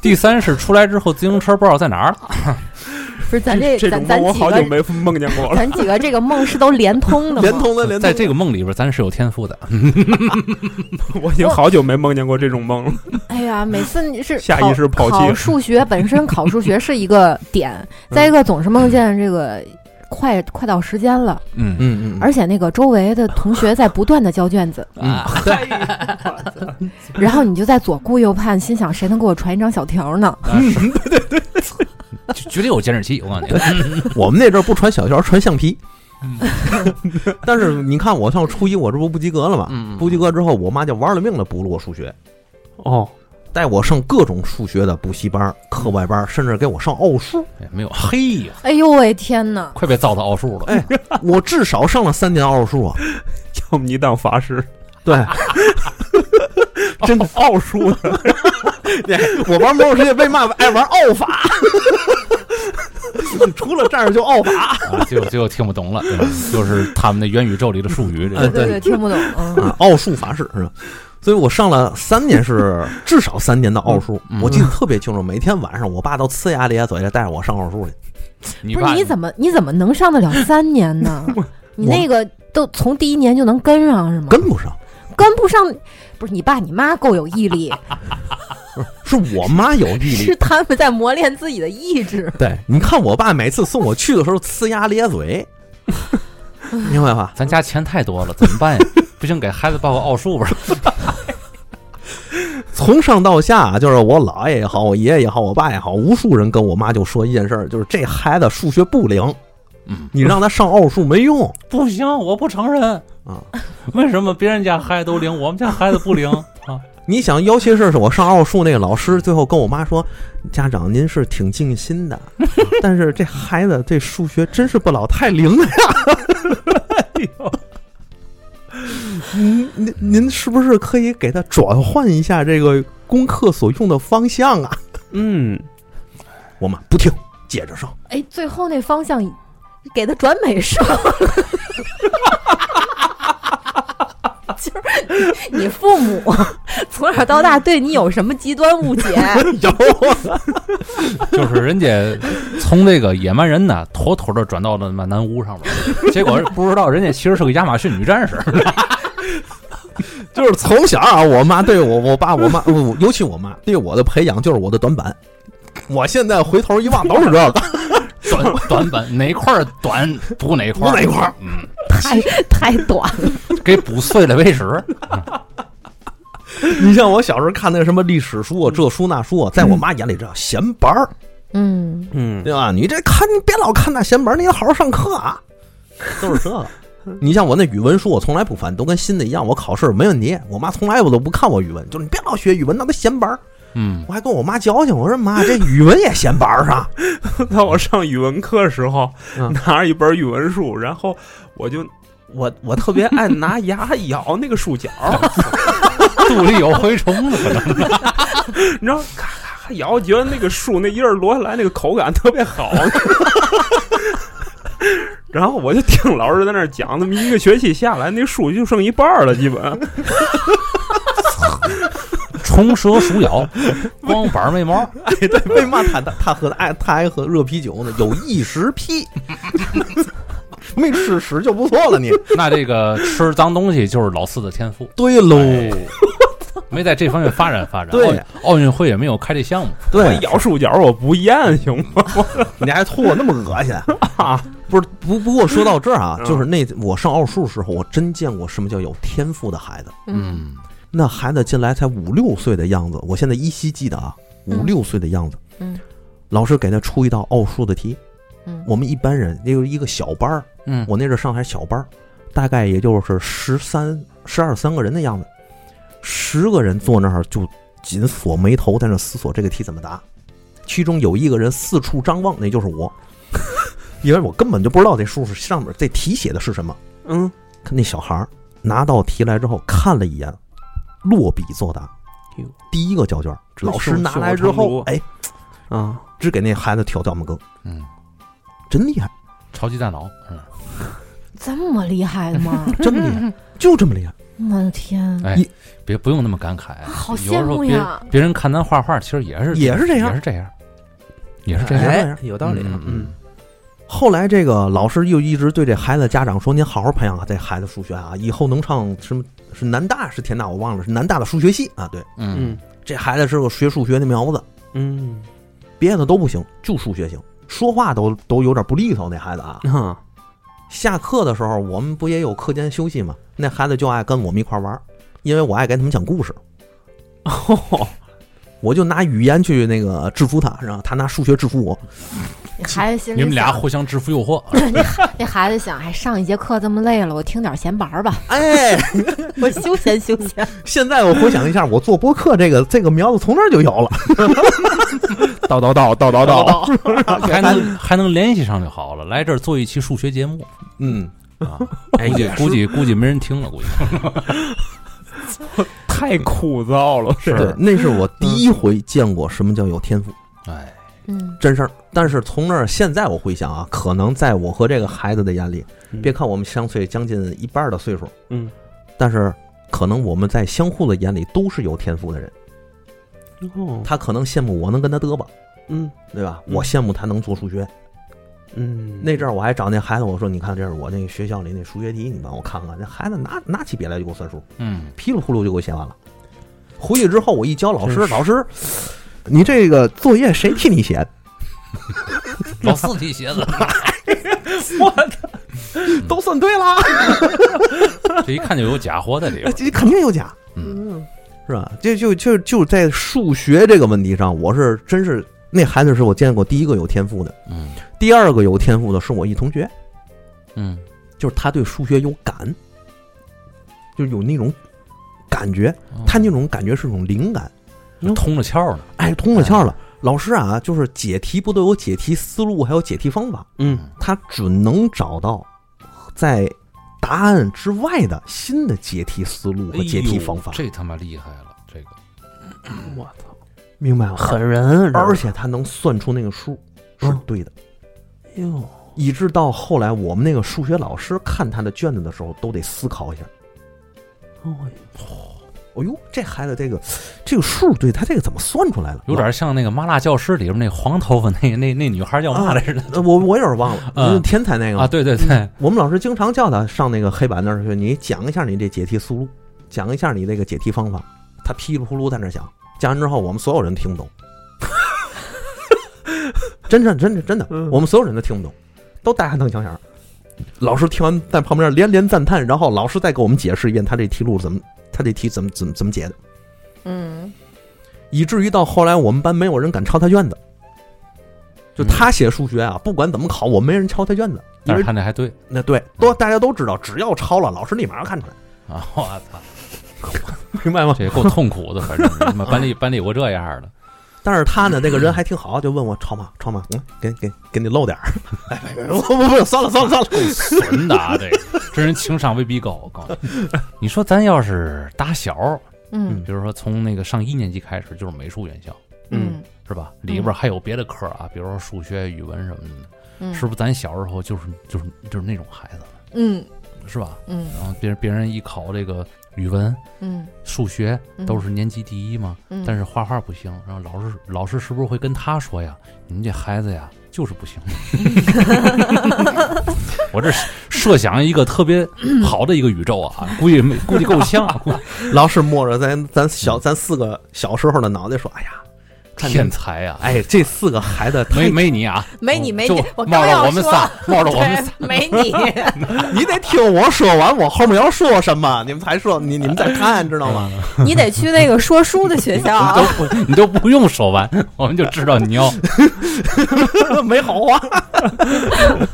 Speaker 1: 第三是出来之后自行车不知道在哪儿了。
Speaker 2: 不是咱这
Speaker 3: 这
Speaker 2: 咱
Speaker 3: 种
Speaker 2: 咱
Speaker 3: 梦我
Speaker 2: 几
Speaker 3: 好久
Speaker 2: 个
Speaker 3: 没梦见过了。
Speaker 2: 咱几个这个梦是都连通的吗？
Speaker 4: 联通的联通
Speaker 1: 在
Speaker 4: 的，
Speaker 1: 这个梦里边，咱是有天赋的。
Speaker 3: 我已经好久没梦见过这种梦了。
Speaker 2: 哎呀，每次你是
Speaker 3: 下
Speaker 2: 考
Speaker 3: 意识嗯抛弃
Speaker 2: 考数学本身，考数学是一个点， 再一个总是梦见这个快快到时间了，
Speaker 1: 嗯
Speaker 4: 嗯嗯，
Speaker 2: 而且那个周围的同学在不断的交卷 子，
Speaker 1: 啊，
Speaker 2: 然后你就在左顾右盼，心想谁能给我传一张小条呢？
Speaker 1: 对对对，绝对有监视器，我告诉你。
Speaker 4: 我们那阵儿不传小条，传橡皮。
Speaker 1: 嗯
Speaker 4: 但是你看，我上初一，我这不不及格了吗？
Speaker 1: 嗯
Speaker 4: 不及格之后，我妈就玩了命的补了我数学，
Speaker 3: 哦，
Speaker 4: 带我上各种数学的补习班儿、课外班儿，甚至给我上奥数。
Speaker 1: 哎没有，嘿呀，
Speaker 2: 哎呦喂，天 哪！
Speaker 1: 快被造到奥数了。
Speaker 4: 哎我至少上了三年奥数啊！
Speaker 3: 要不你当法师？
Speaker 4: 对，
Speaker 3: 真的奥数 的，
Speaker 4: 我玩魔兽世界为嘛爱玩奥法？除了战士就奥法。
Speaker 1: 啊，最后最后听不懂了，嗯 就是他们的元宇宙里的术语。这
Speaker 4: 哎
Speaker 1: 个
Speaker 4: 对
Speaker 2: 对对， 听不懂。嗯
Speaker 4: 啊，奥数法式是吧？所以我上了三年是至少三年的奥数，
Speaker 1: 嗯
Speaker 4: 我记得特别清楚。每天晚上，我爸都呲牙咧牙嘴着带着我上奥数去。
Speaker 1: 你
Speaker 2: 不是
Speaker 1: 爸
Speaker 2: 你怎么你怎么能上得了三年 呢？你那个都从第一年就能跟上是吗？
Speaker 4: 跟不上，
Speaker 2: 跟不上，不是你爸你妈够有毅力，
Speaker 4: 是我妈有毅
Speaker 2: 是
Speaker 4: 力。
Speaker 2: 他们在磨练自己的意志。
Speaker 4: 对，你看我爸每次送我去的时候呲牙咧嘴，明白吧？
Speaker 1: 咱家钱太多了，怎么办呀？不行，给孩子报个奥数吧。
Speaker 4: 从上到下，就是我姥爷也好，我爷爷也好，我爸也好，无数人跟我妈就说一件事儿，就是这孩子数学不灵，
Speaker 1: 嗯，
Speaker 4: 你让他上奥数没用。
Speaker 1: 不行，我不承认
Speaker 4: 啊！
Speaker 1: 为什么别人家孩子都灵，我们家孩子不灵啊？
Speaker 4: 你想，尤其是我上奥数那个老师，最后跟我妈说：“家长您是挺尽心的，但是这孩子这数学真是不老太灵了呀。
Speaker 1: 哎
Speaker 4: 您” 您您是不是可以给他转换一下这个功课所用的方向啊？
Speaker 3: 嗯，
Speaker 4: 我们不听，接着上。
Speaker 2: 哎，最后那方向给他转美术了。 就是你你父母 从小到大对你有什么极端误解？
Speaker 4: 有 啊
Speaker 1: 就是人家从这个野蛮人呢，妥妥的转到了满南屋上面，结果不知道人家其实是个亚马逊女战士。
Speaker 4: 就是从小啊，我妈对我、我爸、 我妈，我尤其我妈对我的培养就是我的短板。我现在回头一望都是这个，
Speaker 1: 短短板哪块儿短补哪块儿，
Speaker 4: 补哪块儿
Speaker 1: 嗯，
Speaker 2: 太太短了，
Speaker 1: 给补碎了为止。
Speaker 4: 你像我小时候看那什么历史书啊，这书那书啊，在我妈眼里这叫闲白儿，
Speaker 2: 嗯，
Speaker 3: 嗯
Speaker 4: 对吧？你这看你别老看那闲白儿，你得好好上课啊，都是这 个。你像我那语文书，我从来不翻，都跟新的一样。我考试没问题，我妈从来我都不看我语文，就是你别老学语文，那都闲白儿。
Speaker 1: 嗯，
Speaker 4: 我还跟我妈矫情，我说妈，这语文也闲白儿啊。
Speaker 3: 那我上语文课的时候，
Speaker 4: 嗯
Speaker 3: 拿着一本语文书，然后我就我我特别爱拿牙咬那个书角，
Speaker 1: 嗯肚里有蛔虫呢，可能 是
Speaker 3: 你知道，咔咔咔咬，觉得那个书那叶儿落下来那个口感特别好。 然后我就听老师在那儿讲，那么一个学期下来，那书就剩一半儿了，基本。
Speaker 1: 虫蛇鼠咬， 光板儿没毛儿。
Speaker 4: 对， 为嘛他他他喝爱他爱喝热啤酒呢？有异食癖， 没吃屎就不错了你。
Speaker 1: 那这个吃脏东西就是老四的天赋，
Speaker 4: 对喽，
Speaker 1: 没在这方面发展发展。
Speaker 4: 对
Speaker 1: 奥，奥运会也没有开这项目。
Speaker 3: 我
Speaker 4: 对，
Speaker 3: 咬书角我不咽，行吗？
Speaker 4: 哎你还吐那么恶心
Speaker 3: 啊？
Speaker 4: 不是，不不过说到这儿啊，
Speaker 3: 嗯
Speaker 4: 就是那我上奥数时候，我真见过什么叫有天赋的孩子。
Speaker 2: 嗯，
Speaker 1: 嗯，
Speaker 4: 那孩子进来才五六岁的样子，我现在依稀记得啊，五
Speaker 2: 嗯
Speaker 4: 六岁的样子。
Speaker 2: 嗯，
Speaker 4: 老师给他出一道奥数的题，
Speaker 2: 嗯
Speaker 4: 我们一般人也有一个小班儿，
Speaker 1: 嗯，
Speaker 4: 我那阵儿上海小班儿，大概也就是十三、十二三个人的样子，十个人坐那儿就紧锁眉头，在那思索这个题怎么答。其中有一个人四处张望，那就是我， 因为我根本就不知道这数是上面这题写的是什么。
Speaker 3: 嗯，
Speaker 4: 看那小孩儿拿到题来之后看了一眼，落笔作答
Speaker 3: 哟。
Speaker 4: 第一个交卷儿，
Speaker 3: 这
Speaker 4: 老师
Speaker 3: 手
Speaker 4: 拿
Speaker 3: 手
Speaker 4: 来之
Speaker 3: 长
Speaker 4: 后
Speaker 3: 如，
Speaker 4: 哎，
Speaker 3: 啊，
Speaker 4: 只给那孩子挑掉毛羹，
Speaker 1: 嗯，
Speaker 4: 真厉害，
Speaker 1: 超级大脑，嗯，
Speaker 2: 这么厉害的吗？
Speaker 4: 真厉害，就这么厉害。
Speaker 2: 我的天，啊
Speaker 1: 哎
Speaker 4: 一，
Speaker 1: 别不用那么感慨，啊
Speaker 2: 好
Speaker 1: 有的时
Speaker 2: 羡
Speaker 1: 候
Speaker 2: 慕
Speaker 1: 别
Speaker 2: 呀
Speaker 1: 别人看咱画画，其实也是
Speaker 4: 也是这样
Speaker 1: 也是这样，也是这样。
Speaker 4: 哎
Speaker 3: 哎，有道理啊，
Speaker 1: 嗯，
Speaker 4: 后来这个老师又一直对这孩子的家长说：“您好好培养这孩子数学啊，以后能上什么是南大是天大我忘了，是南大的数学系啊。对，
Speaker 1: 嗯
Speaker 3: 嗯
Speaker 1: 嗯，
Speaker 4: 这孩子是个学数学的苗子，
Speaker 3: 嗯
Speaker 4: 别的都不行，就数学行，说话都都有点不利索。那孩子啊，
Speaker 3: 啊，
Speaker 4: 下课的时候我们不也有课间休息吗？那孩子就爱跟我们一块玩儿，因为我爱给他们讲故事，
Speaker 3: 哦，
Speaker 4: 我就拿语言去那个制服他，然后他拿数学制服我。
Speaker 2: 你孩子心里
Speaker 1: 你们俩
Speaker 2: 想
Speaker 1: 互相制服诱惑，
Speaker 2: 那孩子想，哎，上一节课这么累了，我听点闲白儿 吧，
Speaker 4: 哎，
Speaker 2: 我休闲休闲。
Speaker 4: 现在我回想一下，我做播客这个这个苗子从那儿就有了。
Speaker 3: 叨叨叨叨叨叨，
Speaker 1: 还能还能联系上就好了。来这儿做一期数学节目
Speaker 4: 嗯，
Speaker 1: 啊，
Speaker 4: 哎
Speaker 1: 估计
Speaker 4: 也是
Speaker 1: 估计估计没人听了，估计
Speaker 3: 太枯燥了，是嗯
Speaker 4: 对，那是我第一回见过什么叫有天赋，
Speaker 1: 哎，
Speaker 2: 嗯，
Speaker 4: 真事儿。但是从那儿现在我回想啊，可能在我和这个孩子的眼里，别看我们相岁将近一半儿的岁数，
Speaker 3: 嗯，
Speaker 4: 但是可能我们在相互的眼里都是有天赋的人。
Speaker 3: 哦，
Speaker 4: 他可能羡慕我能跟他嘚吧，
Speaker 3: 嗯
Speaker 4: 对吧？
Speaker 3: 嗯
Speaker 4: 我羡慕他能做数学。
Speaker 3: 嗯，
Speaker 4: 那阵儿我还找那孩子，我说：“你看，这是我那个学校里那数学题，你帮我看看。”那孩子拿拿起笔来就给我算数，
Speaker 1: 嗯，
Speaker 4: 噼里呼噜就给我写完了。回去之后，我一教老师，
Speaker 3: 真是
Speaker 4: 老师，你这个作业谁替你写？
Speaker 1: 老四提鞋子，
Speaker 3: 我的
Speaker 4: 都算对啦。
Speaker 1: 这一看就有假货在里边。
Speaker 4: 这肯定有假，
Speaker 1: 嗯，
Speaker 4: 是吧？这就就就在数学这个问题上，我是真是那孩子是我见过第一个有天赋的，
Speaker 1: 嗯
Speaker 4: 第二个有天赋的是我一同学，
Speaker 1: 嗯
Speaker 4: 就是他对数学有感，就是有那种感觉，
Speaker 1: 嗯，
Speaker 4: 他那种感觉是种灵感，
Speaker 1: 通着窍呢。
Speaker 4: 哎，通了窍了。老师啊，就是解题不都有解题思路，还有解题方法，
Speaker 3: 嗯
Speaker 4: 他准能找到在答案之外的新的解题思路和解
Speaker 1: 哎
Speaker 4: 题
Speaker 1: 呦
Speaker 4: 方法。
Speaker 1: 这他妈厉害了，这个
Speaker 3: 我操，
Speaker 4: 明白了。
Speaker 3: 狠人，
Speaker 4: 而且他能算出那个数是
Speaker 3: 嗯
Speaker 4: 对的，
Speaker 3: 哟，
Speaker 4: 以致到后来我们那个数学老师看他的卷子的时候，都得思考一下。
Speaker 3: 哦
Speaker 4: 哦呦，这孩子这个这个数对他这个怎么算出来了？
Speaker 1: 有点像那个《麻辣教师》里边那黄头发那 那那女孩叫嘛来着？
Speaker 4: 呃，我我有点忘了，
Speaker 1: 嗯
Speaker 4: 就是天才那个嘛
Speaker 1: 啊，对对对，
Speaker 4: 我们老师经常叫他上那个黑板那儿去，你讲一下你这解题思路，讲一下你这个解题方法。他噼里扑噜在那儿讲，讲完之后我们所有人听不懂， 真的真的真的，
Speaker 3: 嗯
Speaker 4: 我们所有人都听不懂，都大眼瞪小眼儿。老师听完在旁边连连赞叹，然后老师再给我们解释一遍他这题路怎么，他这题怎么怎么怎么解的，
Speaker 2: 嗯，
Speaker 4: 以至于到后来我们班没有人敢抄他卷子。就他写数学啊，不管怎么考，我没人抄他卷子，因
Speaker 1: 但
Speaker 4: 为
Speaker 1: 是他那还对
Speaker 4: 那 对，都大家都知道，只要抄了，老师立马要看出来，
Speaker 1: 啊！我 操，
Speaker 4: 明白吗？
Speaker 1: 这也够痛苦的，反正他妈班里班里有我这样的，
Speaker 4: 但是他呢，那个人还挺好，啊就问我抄吗？抄吗？嗯，给给给你露点儿。哎，别别不不不，算了算了算了。
Speaker 1: 够损的啊！这个这人情商未必高，我告诉你，你说咱要是打小，
Speaker 2: 嗯
Speaker 1: 比如说从那个上一年级开始就是美术院校。
Speaker 4: 嗯
Speaker 2: 嗯
Speaker 1: 是吧？里边还有别的科啊，比如说数学、语文什么的，
Speaker 2: 嗯，
Speaker 1: 是不是？咱小时候就是就是就是那种孩子，
Speaker 2: 嗯
Speaker 1: 是吧？
Speaker 2: 嗯
Speaker 1: 然后别人别人一考这个语文、
Speaker 2: 嗯，
Speaker 1: 数学
Speaker 2: 嗯
Speaker 1: 都是年级第一嘛，
Speaker 2: 嗯，
Speaker 1: 但是画画不行，然后老师老师是不是会跟他说呀？您这孩子呀，就是不行。 我这设想一个特别好的一个宇宙啊，估计没估计够呛、 啊，估计
Speaker 4: 老师摸着咱咱小咱四个小时候的脑袋说：“哎呀，看
Speaker 1: 天才呀、
Speaker 4: 哎，这四个孩子太
Speaker 1: 没没你啊，
Speaker 2: 没你没
Speaker 1: 就
Speaker 2: 你，我
Speaker 1: 冒
Speaker 2: 刚
Speaker 1: 着
Speaker 2: 要
Speaker 1: 我们
Speaker 2: 说
Speaker 1: 仨，冒着我们仨
Speaker 2: 对，没你，
Speaker 4: 你得听我说完，我后面要说什么，你们才说，你你们再看，知道吗？
Speaker 2: 你得去那个说书的学校
Speaker 1: 你
Speaker 2: 啊
Speaker 1: 都。不你都不用说完，我们就知道你要
Speaker 4: 没好话。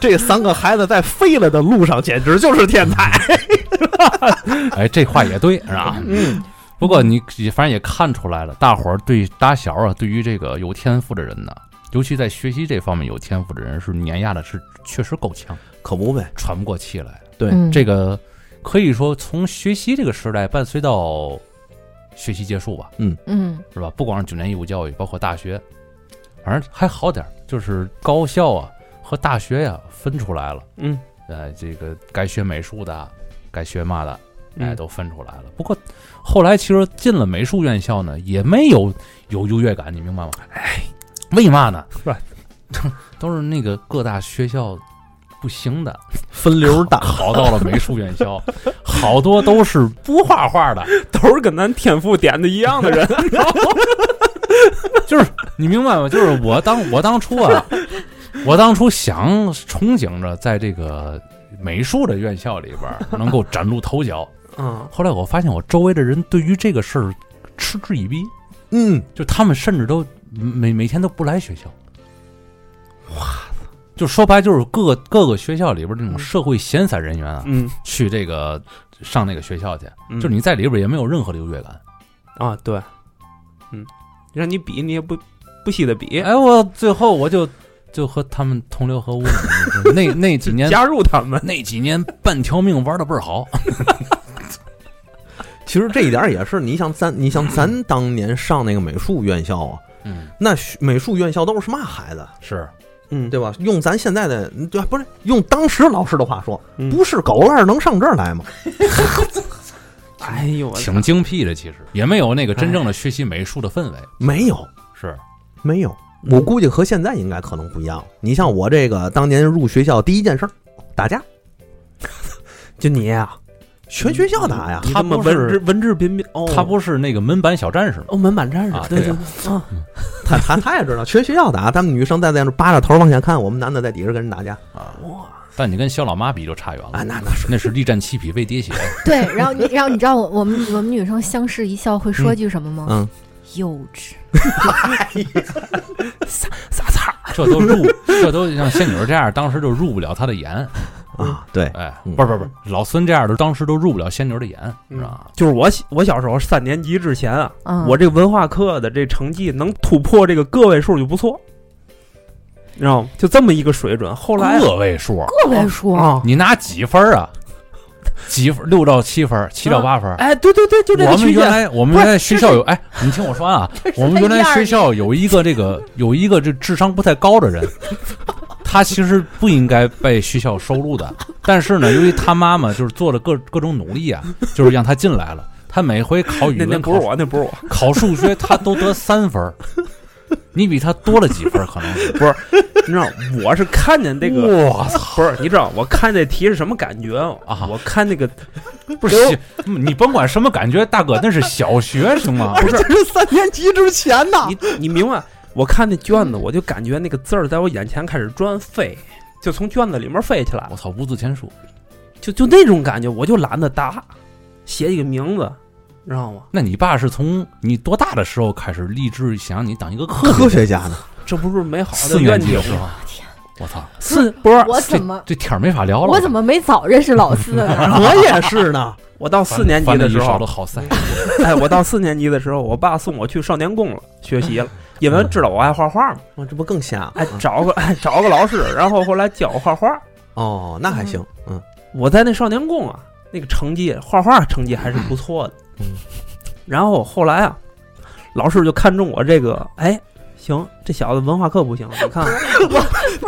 Speaker 4: 这三个孩子在废了的路上，简直就是天才。
Speaker 1: 哎，这话也对，是吧？
Speaker 4: 嗯，
Speaker 1: 不过你反正也看出来了，大伙儿对打小啊，对于这个有天赋的人呢，尤其在学习这方面有天赋的人，是碾压的是确实够呛，
Speaker 4: 可不呗。
Speaker 1: 喘不过气来。
Speaker 4: 对
Speaker 2: 嗯
Speaker 1: 这个可以说从学习这个时代伴随到学习结束吧，
Speaker 2: 嗯
Speaker 1: 是吧？不光是九年义务教育，包括大学，反正还好点儿，就是高校啊和大学呀、分出来了。
Speaker 3: 嗯，
Speaker 1: 呃，这个该学美术的，该学嘛的，哎，
Speaker 3: 嗯
Speaker 1: 都分出来了。不过后来其实进了美术院校呢，也没有有优越感，你明白吗？哎，为嘛呢？
Speaker 3: 是吧
Speaker 1: 都是那个各大学校不行的，
Speaker 4: 分流大，
Speaker 1: 考到了美术院校，好多都是不画画的，
Speaker 3: 都是跟咱天赋点的一样的 人，
Speaker 1: 就是你明白吗？就是我当我当初啊，我当初想憧憬着在这个美术的院校里边儿能够崭露头角，
Speaker 3: 嗯，
Speaker 1: 后来我发现我周围的人对于这个事儿嗤之以鼻，
Speaker 4: 嗯，
Speaker 1: 就他们甚至都每每天都不来学校。哇就说白就是各个各个学校里边那种社会闲散人员啊，
Speaker 3: 嗯，
Speaker 1: 去这个上那个学校去，
Speaker 3: 嗯
Speaker 1: 就是你在里边也没有任何的优越感。
Speaker 3: 啊，对，嗯，让你比你也不不稀得比，
Speaker 1: 哎，我最后我就就和他们同流合污了。就是那那几年
Speaker 3: 加入他们，
Speaker 1: 那几年半条命玩的倍儿好，
Speaker 4: 其实这一点儿也是，你像咱，你像咱当年上那个美术院校啊，
Speaker 1: 嗯，
Speaker 4: 那学美术院校都是什么孩子，
Speaker 1: 是
Speaker 3: 嗯，
Speaker 4: 对吧？用咱现在的，对，不是用当时老师的话说，
Speaker 3: 嗯
Speaker 4: 不是狗腕儿能上这儿来吗？
Speaker 3: 哎呦，我
Speaker 1: 挺精辟的，其实也没有那个真正的学习美术的氛围，
Speaker 4: 没有，
Speaker 1: 是
Speaker 4: 没有，我
Speaker 3: 嗯
Speaker 4: 估计和现在应该可能不一样了。你像我这个当年入学校第一件事儿，打架，
Speaker 3: 就你啊，
Speaker 4: 全学校打呀。
Speaker 3: 你
Speaker 1: 他
Speaker 3: 这么
Speaker 1: 不
Speaker 3: 文
Speaker 1: 是
Speaker 3: 质文质彬彬，哦，
Speaker 1: 他不是那个门板小战士吗？
Speaker 3: 哦，门板战士
Speaker 1: 啊，
Speaker 3: 对
Speaker 1: 对
Speaker 3: 对
Speaker 1: 啊
Speaker 3: 对，啊，
Speaker 4: 他他他也知道，全学校打，他们女生在在那扒着头往下看，我们男的在底下跟人打架
Speaker 1: 啊，
Speaker 3: 哇，
Speaker 1: 但你跟肖老妈比就差远了
Speaker 4: 啊，那那是
Speaker 1: 那是力战七匹未跌血，
Speaker 2: 对，然后你，然后你知道我我们我们女生相视一笑会说句什么吗？
Speaker 4: 嗯，
Speaker 2: 幼稚。
Speaker 3: 撒叉，
Speaker 1: 这都入，这都像仙女儿这样，当时就入不了她的眼，
Speaker 4: 啊，对，
Speaker 1: 哎，
Speaker 4: 嗯
Speaker 1: 不是不是不是，老孙这样的当时都入不了仙女儿的眼，
Speaker 3: 嗯
Speaker 1: 是吧？
Speaker 3: 就是我小我小时候三年级之前啊，
Speaker 2: 嗯，
Speaker 3: 我这文化课的这成绩能突破这个个位数就不错，你知道吗？就这么一个水准。后来啊
Speaker 1: 个位数，
Speaker 2: 个位数，
Speaker 3: 啊，
Speaker 1: 你拿几分儿啊？几分六到七分，七到八分。
Speaker 3: 哎，对对对，就这
Speaker 1: 我
Speaker 3: 个
Speaker 1: 们原
Speaker 3: 区间。
Speaker 1: 来我们
Speaker 3: 不是
Speaker 1: 原来学
Speaker 3: 这
Speaker 1: 校
Speaker 3: 是
Speaker 1: 有哎，你听我说啊，
Speaker 2: 是
Speaker 1: 我们原来
Speaker 2: 他样儿
Speaker 1: 学校有一个这个有一个这智商不太高的人，他其实不应该被学校收录的，但是呢，由于他妈妈就是做了各各种努力啊，就是让他进来了。他每回考语
Speaker 3: 那那
Speaker 1: 文、
Speaker 3: 不是
Speaker 1: 考
Speaker 3: 我，那不是我，
Speaker 1: 考数学，他都得三 分儿，你比他多了几分儿，可能是。
Speaker 3: 你知道我是看见这个，
Speaker 1: 我操
Speaker 3: 不是你知道我看这题是什么感觉
Speaker 1: 啊
Speaker 3: 我看那个
Speaker 1: 不是，小你甭管什么感觉，大哥那是小学行 吗？
Speaker 3: 不是
Speaker 4: 这是三年级之前呢
Speaker 3: 你你明白？我看那卷子，我就感觉那个字儿在我眼前开始转飞，就从卷子里面飞起来
Speaker 1: 我，操，无字天书，
Speaker 3: 就就那种感觉，我就懒得答，写一个名字，知道吗？
Speaker 1: 那你爸是从你多大的时候开始立志想让你当一个科
Speaker 4: 科
Speaker 1: 学家？
Speaker 4: 学家呢？
Speaker 3: 这不是美好
Speaker 1: 四
Speaker 3: 的
Speaker 1: 年
Speaker 3: 愿
Speaker 1: 级
Speaker 3: 景
Speaker 1: 的时候
Speaker 3: 吗？，
Speaker 1: 我啊操，
Speaker 3: 四不是
Speaker 2: 我怎么
Speaker 1: 这天儿没法聊了。
Speaker 2: 我怎么没早认识老四呢？
Speaker 4: 我也是呢。
Speaker 3: 我到
Speaker 1: 翻
Speaker 3: 四年级
Speaker 1: 翻了
Speaker 3: 的
Speaker 1: 一
Speaker 3: 时
Speaker 1: 勺
Speaker 3: 候
Speaker 1: 的，好 塞，
Speaker 3: 哎，我到四年级的时候，我爸送我去少年宫了，学习了，因为知道我爱画画
Speaker 1: 啊
Speaker 3: 嘛，
Speaker 4: 哦哇，这不更瞎？
Speaker 3: 哎，找个哎找个老师，然后后来教我画画。
Speaker 4: 哦，那还行，嗯，
Speaker 3: 我在那少年宫啊，那个成绩画画成绩还是不错的。
Speaker 4: 嗯
Speaker 3: 然后后来啊，老师就看中我这个，哎，行，这小子文化课不行，你看，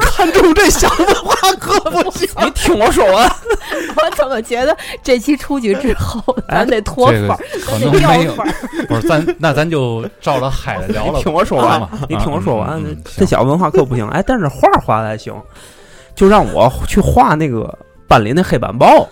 Speaker 4: 看中这小文化课不行。
Speaker 3: 你听我说完，
Speaker 2: 我怎么觉得这期出去之后，咱得脱
Speaker 1: 哎这个
Speaker 2: 粉儿，
Speaker 1: 可
Speaker 2: 得
Speaker 1: 能
Speaker 2: 掉
Speaker 1: 没有
Speaker 2: 粉，儿。
Speaker 1: 不是咱那咱就照着海的聊
Speaker 3: 你
Speaker 1: 了
Speaker 3: 听我说
Speaker 1: 好
Speaker 3: 完，
Speaker 1: 吗，
Speaker 3: 你听我说
Speaker 1: 啊
Speaker 3: 完
Speaker 1: 嗯嗯嗯，
Speaker 3: 这小子文化课不行，哎，但是画画的还行，就让我去画那个班里那黑板报，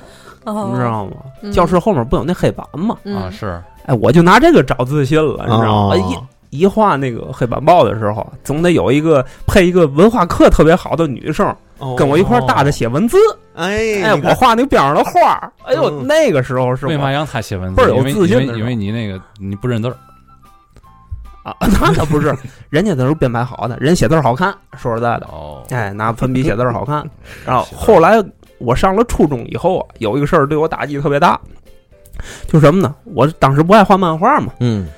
Speaker 2: 哦
Speaker 3: 你知道吗
Speaker 2: 嗯？
Speaker 3: 教室后面不有那黑板吗？
Speaker 1: 行啊
Speaker 2: 嗯，
Speaker 1: 是
Speaker 3: 哎，我就拿这个找自信了，你知道吗？
Speaker 4: 哦
Speaker 3: 一一画那个黑板报的时候，总得有一个配一个文化课特别好的女生
Speaker 4: 哦
Speaker 3: 哦跟我一块儿搭着写文字。
Speaker 4: 嗯哎
Speaker 3: 哎，
Speaker 4: 你
Speaker 3: 我
Speaker 4: 看
Speaker 3: 画那个边上的画儿，哎呦，
Speaker 4: 嗯
Speaker 3: 那个时候是
Speaker 1: 为嘛
Speaker 3: 我
Speaker 1: 让他写文字？
Speaker 3: 倍儿有
Speaker 1: 因为
Speaker 3: 自信
Speaker 1: 因为
Speaker 3: 的是
Speaker 1: 因
Speaker 3: 吧
Speaker 1: 为你那个你不认字儿，
Speaker 3: 啊， 那可不是，人家都是编排好的，人写字儿好看。说实在的，
Speaker 1: 哦，
Speaker 3: 哎，拿粉笔写字儿好 看。啊然后后来我上了初中以后啊，有一个事儿对我打击特别大，就什么呢？我当时不爱画漫画嘛，
Speaker 4: 嗯，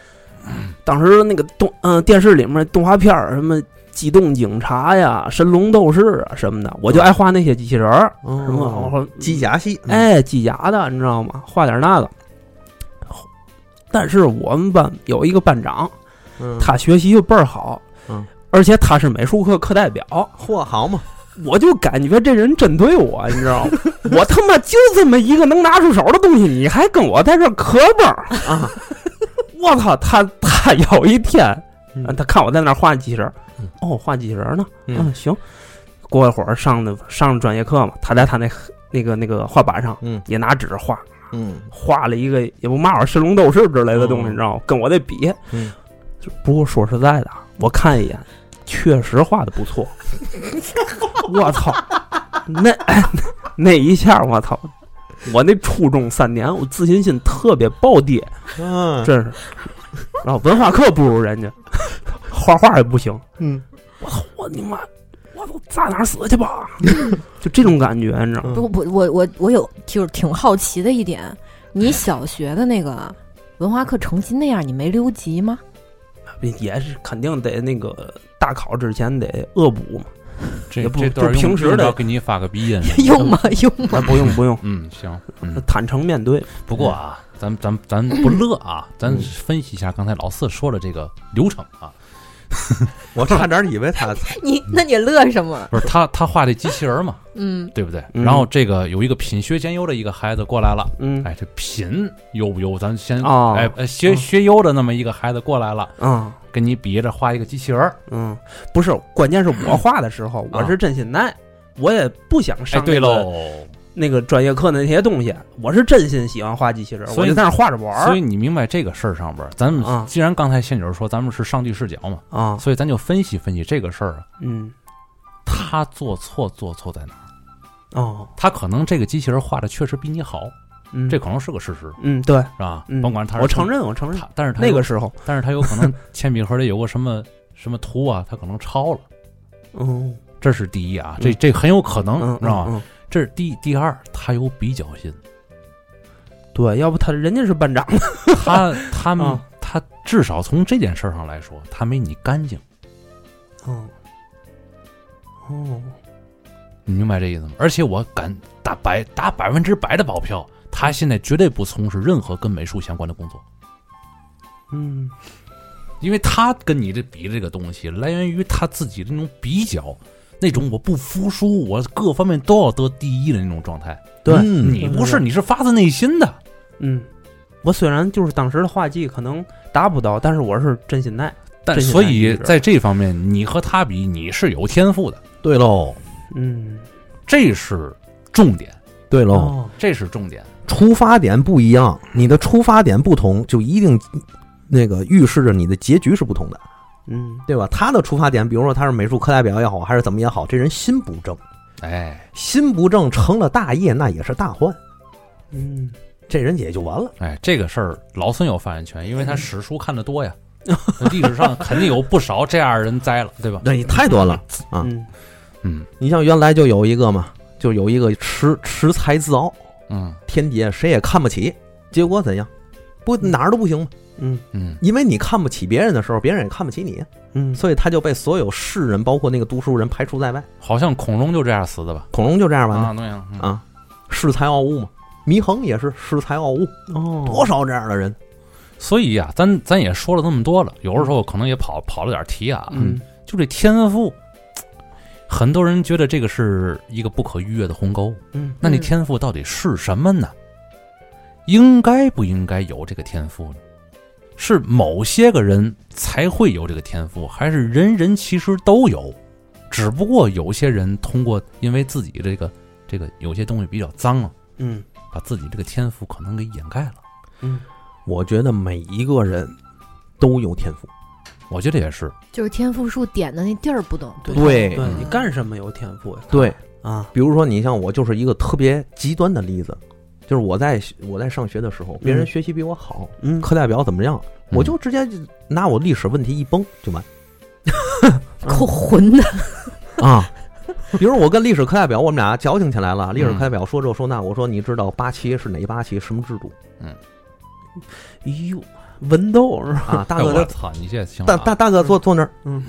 Speaker 3: 当时那个动嗯、电视里面动画片儿什么。机动警察呀，神龙斗士啊什么的，我就爱画那些机器人儿，什
Speaker 4: 什
Speaker 3: 么然后
Speaker 4: 哦机甲系？嗯，
Speaker 3: 哎，机甲的，你知道吗？画点那个。但是我们班有一个班长，
Speaker 4: 嗯
Speaker 3: 他学习就倍儿好，
Speaker 4: 嗯，
Speaker 3: 而且他是美术课课代表，
Speaker 4: 嚯嗯好嘛，
Speaker 3: 我就感觉这人针对我，你知道 吗？我他妈就这么一个能拿出手的东西，你还跟我在这儿磕巴儿啊！我操，他他有一天，
Speaker 4: 嗯
Speaker 3: 啊他看我在那儿画机器人儿
Speaker 4: 嗯，
Speaker 3: 哦，画机器人儿呢，
Speaker 4: 嗯
Speaker 3: 嗯，行。过一会儿上的上专业课嘛，他在他那那个那个画板上，
Speaker 4: 嗯
Speaker 3: 也拿纸画，
Speaker 4: 嗯
Speaker 3: 画了一个也不嘛玩神龙斗士之类的东西，
Speaker 4: 嗯
Speaker 3: 你知道吗？跟我这比，
Speaker 4: 嗯
Speaker 3: 就不过说实在的，啊，我看一眼，确实画的不错。 我操，那、 哎那一下，我操，我那初中三年，我自信心特别暴跌，
Speaker 4: 嗯
Speaker 3: 真是。然后文化课不如人家，画画也不行。
Speaker 4: 嗯，
Speaker 3: 我你妈，我都炸哪儿死去吧？ 就这种感觉，你知道吗？
Speaker 2: 不不，我我我有就是挺好奇的一点，你小学的那个文化课成绩那样，你没留级吗？
Speaker 1: 嗯
Speaker 3: 也是肯定得那个大考之前得恶补嘛。
Speaker 1: 这
Speaker 3: 也不
Speaker 1: 这段儿
Speaker 3: 就
Speaker 1: 用
Speaker 3: 平时的
Speaker 1: 用不着给你发个鼻 音，
Speaker 2: 用吗？用吗？
Speaker 3: 啊，不用不用，
Speaker 1: 嗯，行， 嗯，
Speaker 3: 坦诚面对。
Speaker 1: 不过啊，咱咱咱不乐啊，咱
Speaker 3: 嗯
Speaker 1: 分析一下刚才老四说的这个流程啊，
Speaker 4: 我差点以为他
Speaker 2: 你那你乐什么？
Speaker 1: 不是他他画这机器人儿嘛，
Speaker 2: 嗯
Speaker 1: 对不对？
Speaker 3: 嗯
Speaker 1: 然后这个有一个品学兼优的一个孩子过来了，
Speaker 3: 嗯
Speaker 1: 哎，这品优不优？咱先
Speaker 3: 哦
Speaker 1: 哎呃学
Speaker 3: 嗯
Speaker 1: 学优的那么一个孩子过来了，
Speaker 3: 啊
Speaker 1: 跟你比着画一个机器人儿。
Speaker 3: 嗯，不是，关键是我画的时候，我是真心爱，我也不想
Speaker 1: 嗯哎，
Speaker 3: 上
Speaker 1: 对
Speaker 3: 那个
Speaker 1: 喽，
Speaker 3: 那个专业课那些东西，我是真心喜欢画机器人，
Speaker 1: 所
Speaker 3: 我
Speaker 1: 以
Speaker 3: 就在那儿画着玩
Speaker 1: 所以
Speaker 3: 儿
Speaker 1: 你明白这个事儿上边儿，咱
Speaker 3: 啊
Speaker 1: 们既然刚才仙女说咱们是上帝视角嘛，
Speaker 3: 啊。
Speaker 1: 所以咱就分析分析这个事儿啊，
Speaker 3: 嗯
Speaker 1: 他做错做错在哪儿？
Speaker 3: 哦，
Speaker 1: 他可能这个机器人画的确实比你好，
Speaker 3: 嗯，
Speaker 1: 这可能是个事实，
Speaker 3: 嗯对，
Speaker 1: 是吧？
Speaker 3: 嗯
Speaker 1: 甭管他是
Speaker 3: 我承认，我承认
Speaker 1: 他，但是他
Speaker 3: 那
Speaker 1: 有
Speaker 3: 个时候，
Speaker 1: 但是他有可 能铅笔盒里有个什么什么图啊，他可能抄了，
Speaker 3: 嗯，
Speaker 1: 这是第一啊，这
Speaker 3: 嗯
Speaker 1: 这很有可能，
Speaker 3: 嗯
Speaker 1: 知道吗？
Speaker 3: 嗯
Speaker 1: 这是第第二，他有比较 心，
Speaker 3: 嗯对，要不他人家是班长，
Speaker 1: 他他们、
Speaker 3: 啊
Speaker 1: 他至少从这件事儿上来说，他没你干净，
Speaker 3: 嗯，哦，
Speaker 1: 你明白这意思吗？而且我敢打百打百分之百的保票，他现在绝对不从事任何跟美术相关的工作，
Speaker 3: 嗯，
Speaker 1: 因为他跟你这比这个东西，来源于他自己的那种比较，那种我不服输，我各方面都要得第一的那种状态。
Speaker 3: 对，
Speaker 4: 嗯
Speaker 1: 你不是，你是发自内心的，
Speaker 3: 嗯，我虽然就是当时的画技可能达不到，但是我是真心耐。
Speaker 1: 但
Speaker 3: 这些
Speaker 1: 所
Speaker 3: 难
Speaker 1: 以
Speaker 3: 抑制
Speaker 1: 在这方面，你和他比，你是有天赋的，
Speaker 4: 对喽，
Speaker 3: 嗯，
Speaker 1: 这是重点，
Speaker 4: 对喽。
Speaker 3: 哦，
Speaker 1: 这是重点。
Speaker 4: 出发点不一样，你的出发点不同，就一定那个预示着你的结局是不同的，
Speaker 3: 嗯，
Speaker 4: 对吧？他的出发点，比如说他是美术课代表也好，还是怎么也好，这人心不正，
Speaker 1: 哎
Speaker 4: 心不正成了大业，那也是大患，
Speaker 3: 嗯，
Speaker 4: 这人也就完了。
Speaker 1: 哎，这个事儿老孙有发言权，因为他史书看得多 呀，历史上肯定有不少这样的人栽了，对吧？
Speaker 4: 那也太多了啊！
Speaker 3: 嗯，
Speaker 1: 嗯
Speaker 4: 你像原来就有一个嘛，就有一个恃恃才自傲，
Speaker 1: 嗯
Speaker 4: 天底下谁也看不起，结果怎样？不哪儿都不行吗？
Speaker 3: 嗯，
Speaker 1: 嗯，
Speaker 4: 因为你看不起别人的时候，别人也看不起你，
Speaker 3: 嗯，
Speaker 4: 所以他就被所有士人，包括那个读书人排除在外。
Speaker 1: 好像孔融就这样死的吧？
Speaker 4: 恐龙就这样完了。
Speaker 1: 啊，对呀，嗯
Speaker 4: 啊，恃才傲物嘛。祢衡也是恃才傲物，
Speaker 3: 哦，
Speaker 4: 多少这样的人？
Speaker 1: 所以呀、咱咱也说了那么多了，有的时候可能也跑跑了点题啊。
Speaker 3: 嗯，
Speaker 1: 就这天赋，很多人觉得这个是一个不可逾越的鸿沟。
Speaker 3: 嗯，
Speaker 1: 那你
Speaker 2: 嗯
Speaker 1: 天赋到底是什么呢？应该不应该有这个天赋呢？是某些个人才会有这个天赋，还是人人其实都有？只不过有些人通过因为自己这个这个有些东西比较脏啊，
Speaker 3: 嗯，
Speaker 1: 把自己这个天赋可能给掩盖了。
Speaker 3: 嗯，
Speaker 4: 我觉得每一个人都有天赋，
Speaker 1: 我觉得也是，
Speaker 2: 就是天赋树点的那地儿不懂，
Speaker 3: 对
Speaker 4: 对
Speaker 3: 对，你干什么有天赋呀？
Speaker 4: 对。
Speaker 3: 啊，
Speaker 4: 比如说，你像我就是一个特别极端的例子，就是我在我在上学的时候，别人学习比我好，
Speaker 3: 嗯，
Speaker 4: 课代表怎么样，
Speaker 1: 嗯
Speaker 4: 我就直接就拿我历史问题一崩就完
Speaker 2: 够混的。
Speaker 4: 啊。 比如我跟历史课代表，我们俩矫情起来了。历史课代表说这说那，我说你知道八旗是哪八旗，什么制度
Speaker 3: 哎呦，文斗是吧？
Speaker 4: 啊？大
Speaker 1: 哎
Speaker 4: 哥
Speaker 1: 我
Speaker 4: 他
Speaker 1: 操，你这行
Speaker 4: 大
Speaker 1: 了啊
Speaker 4: 大大哥坐坐那儿，
Speaker 3: 嗯，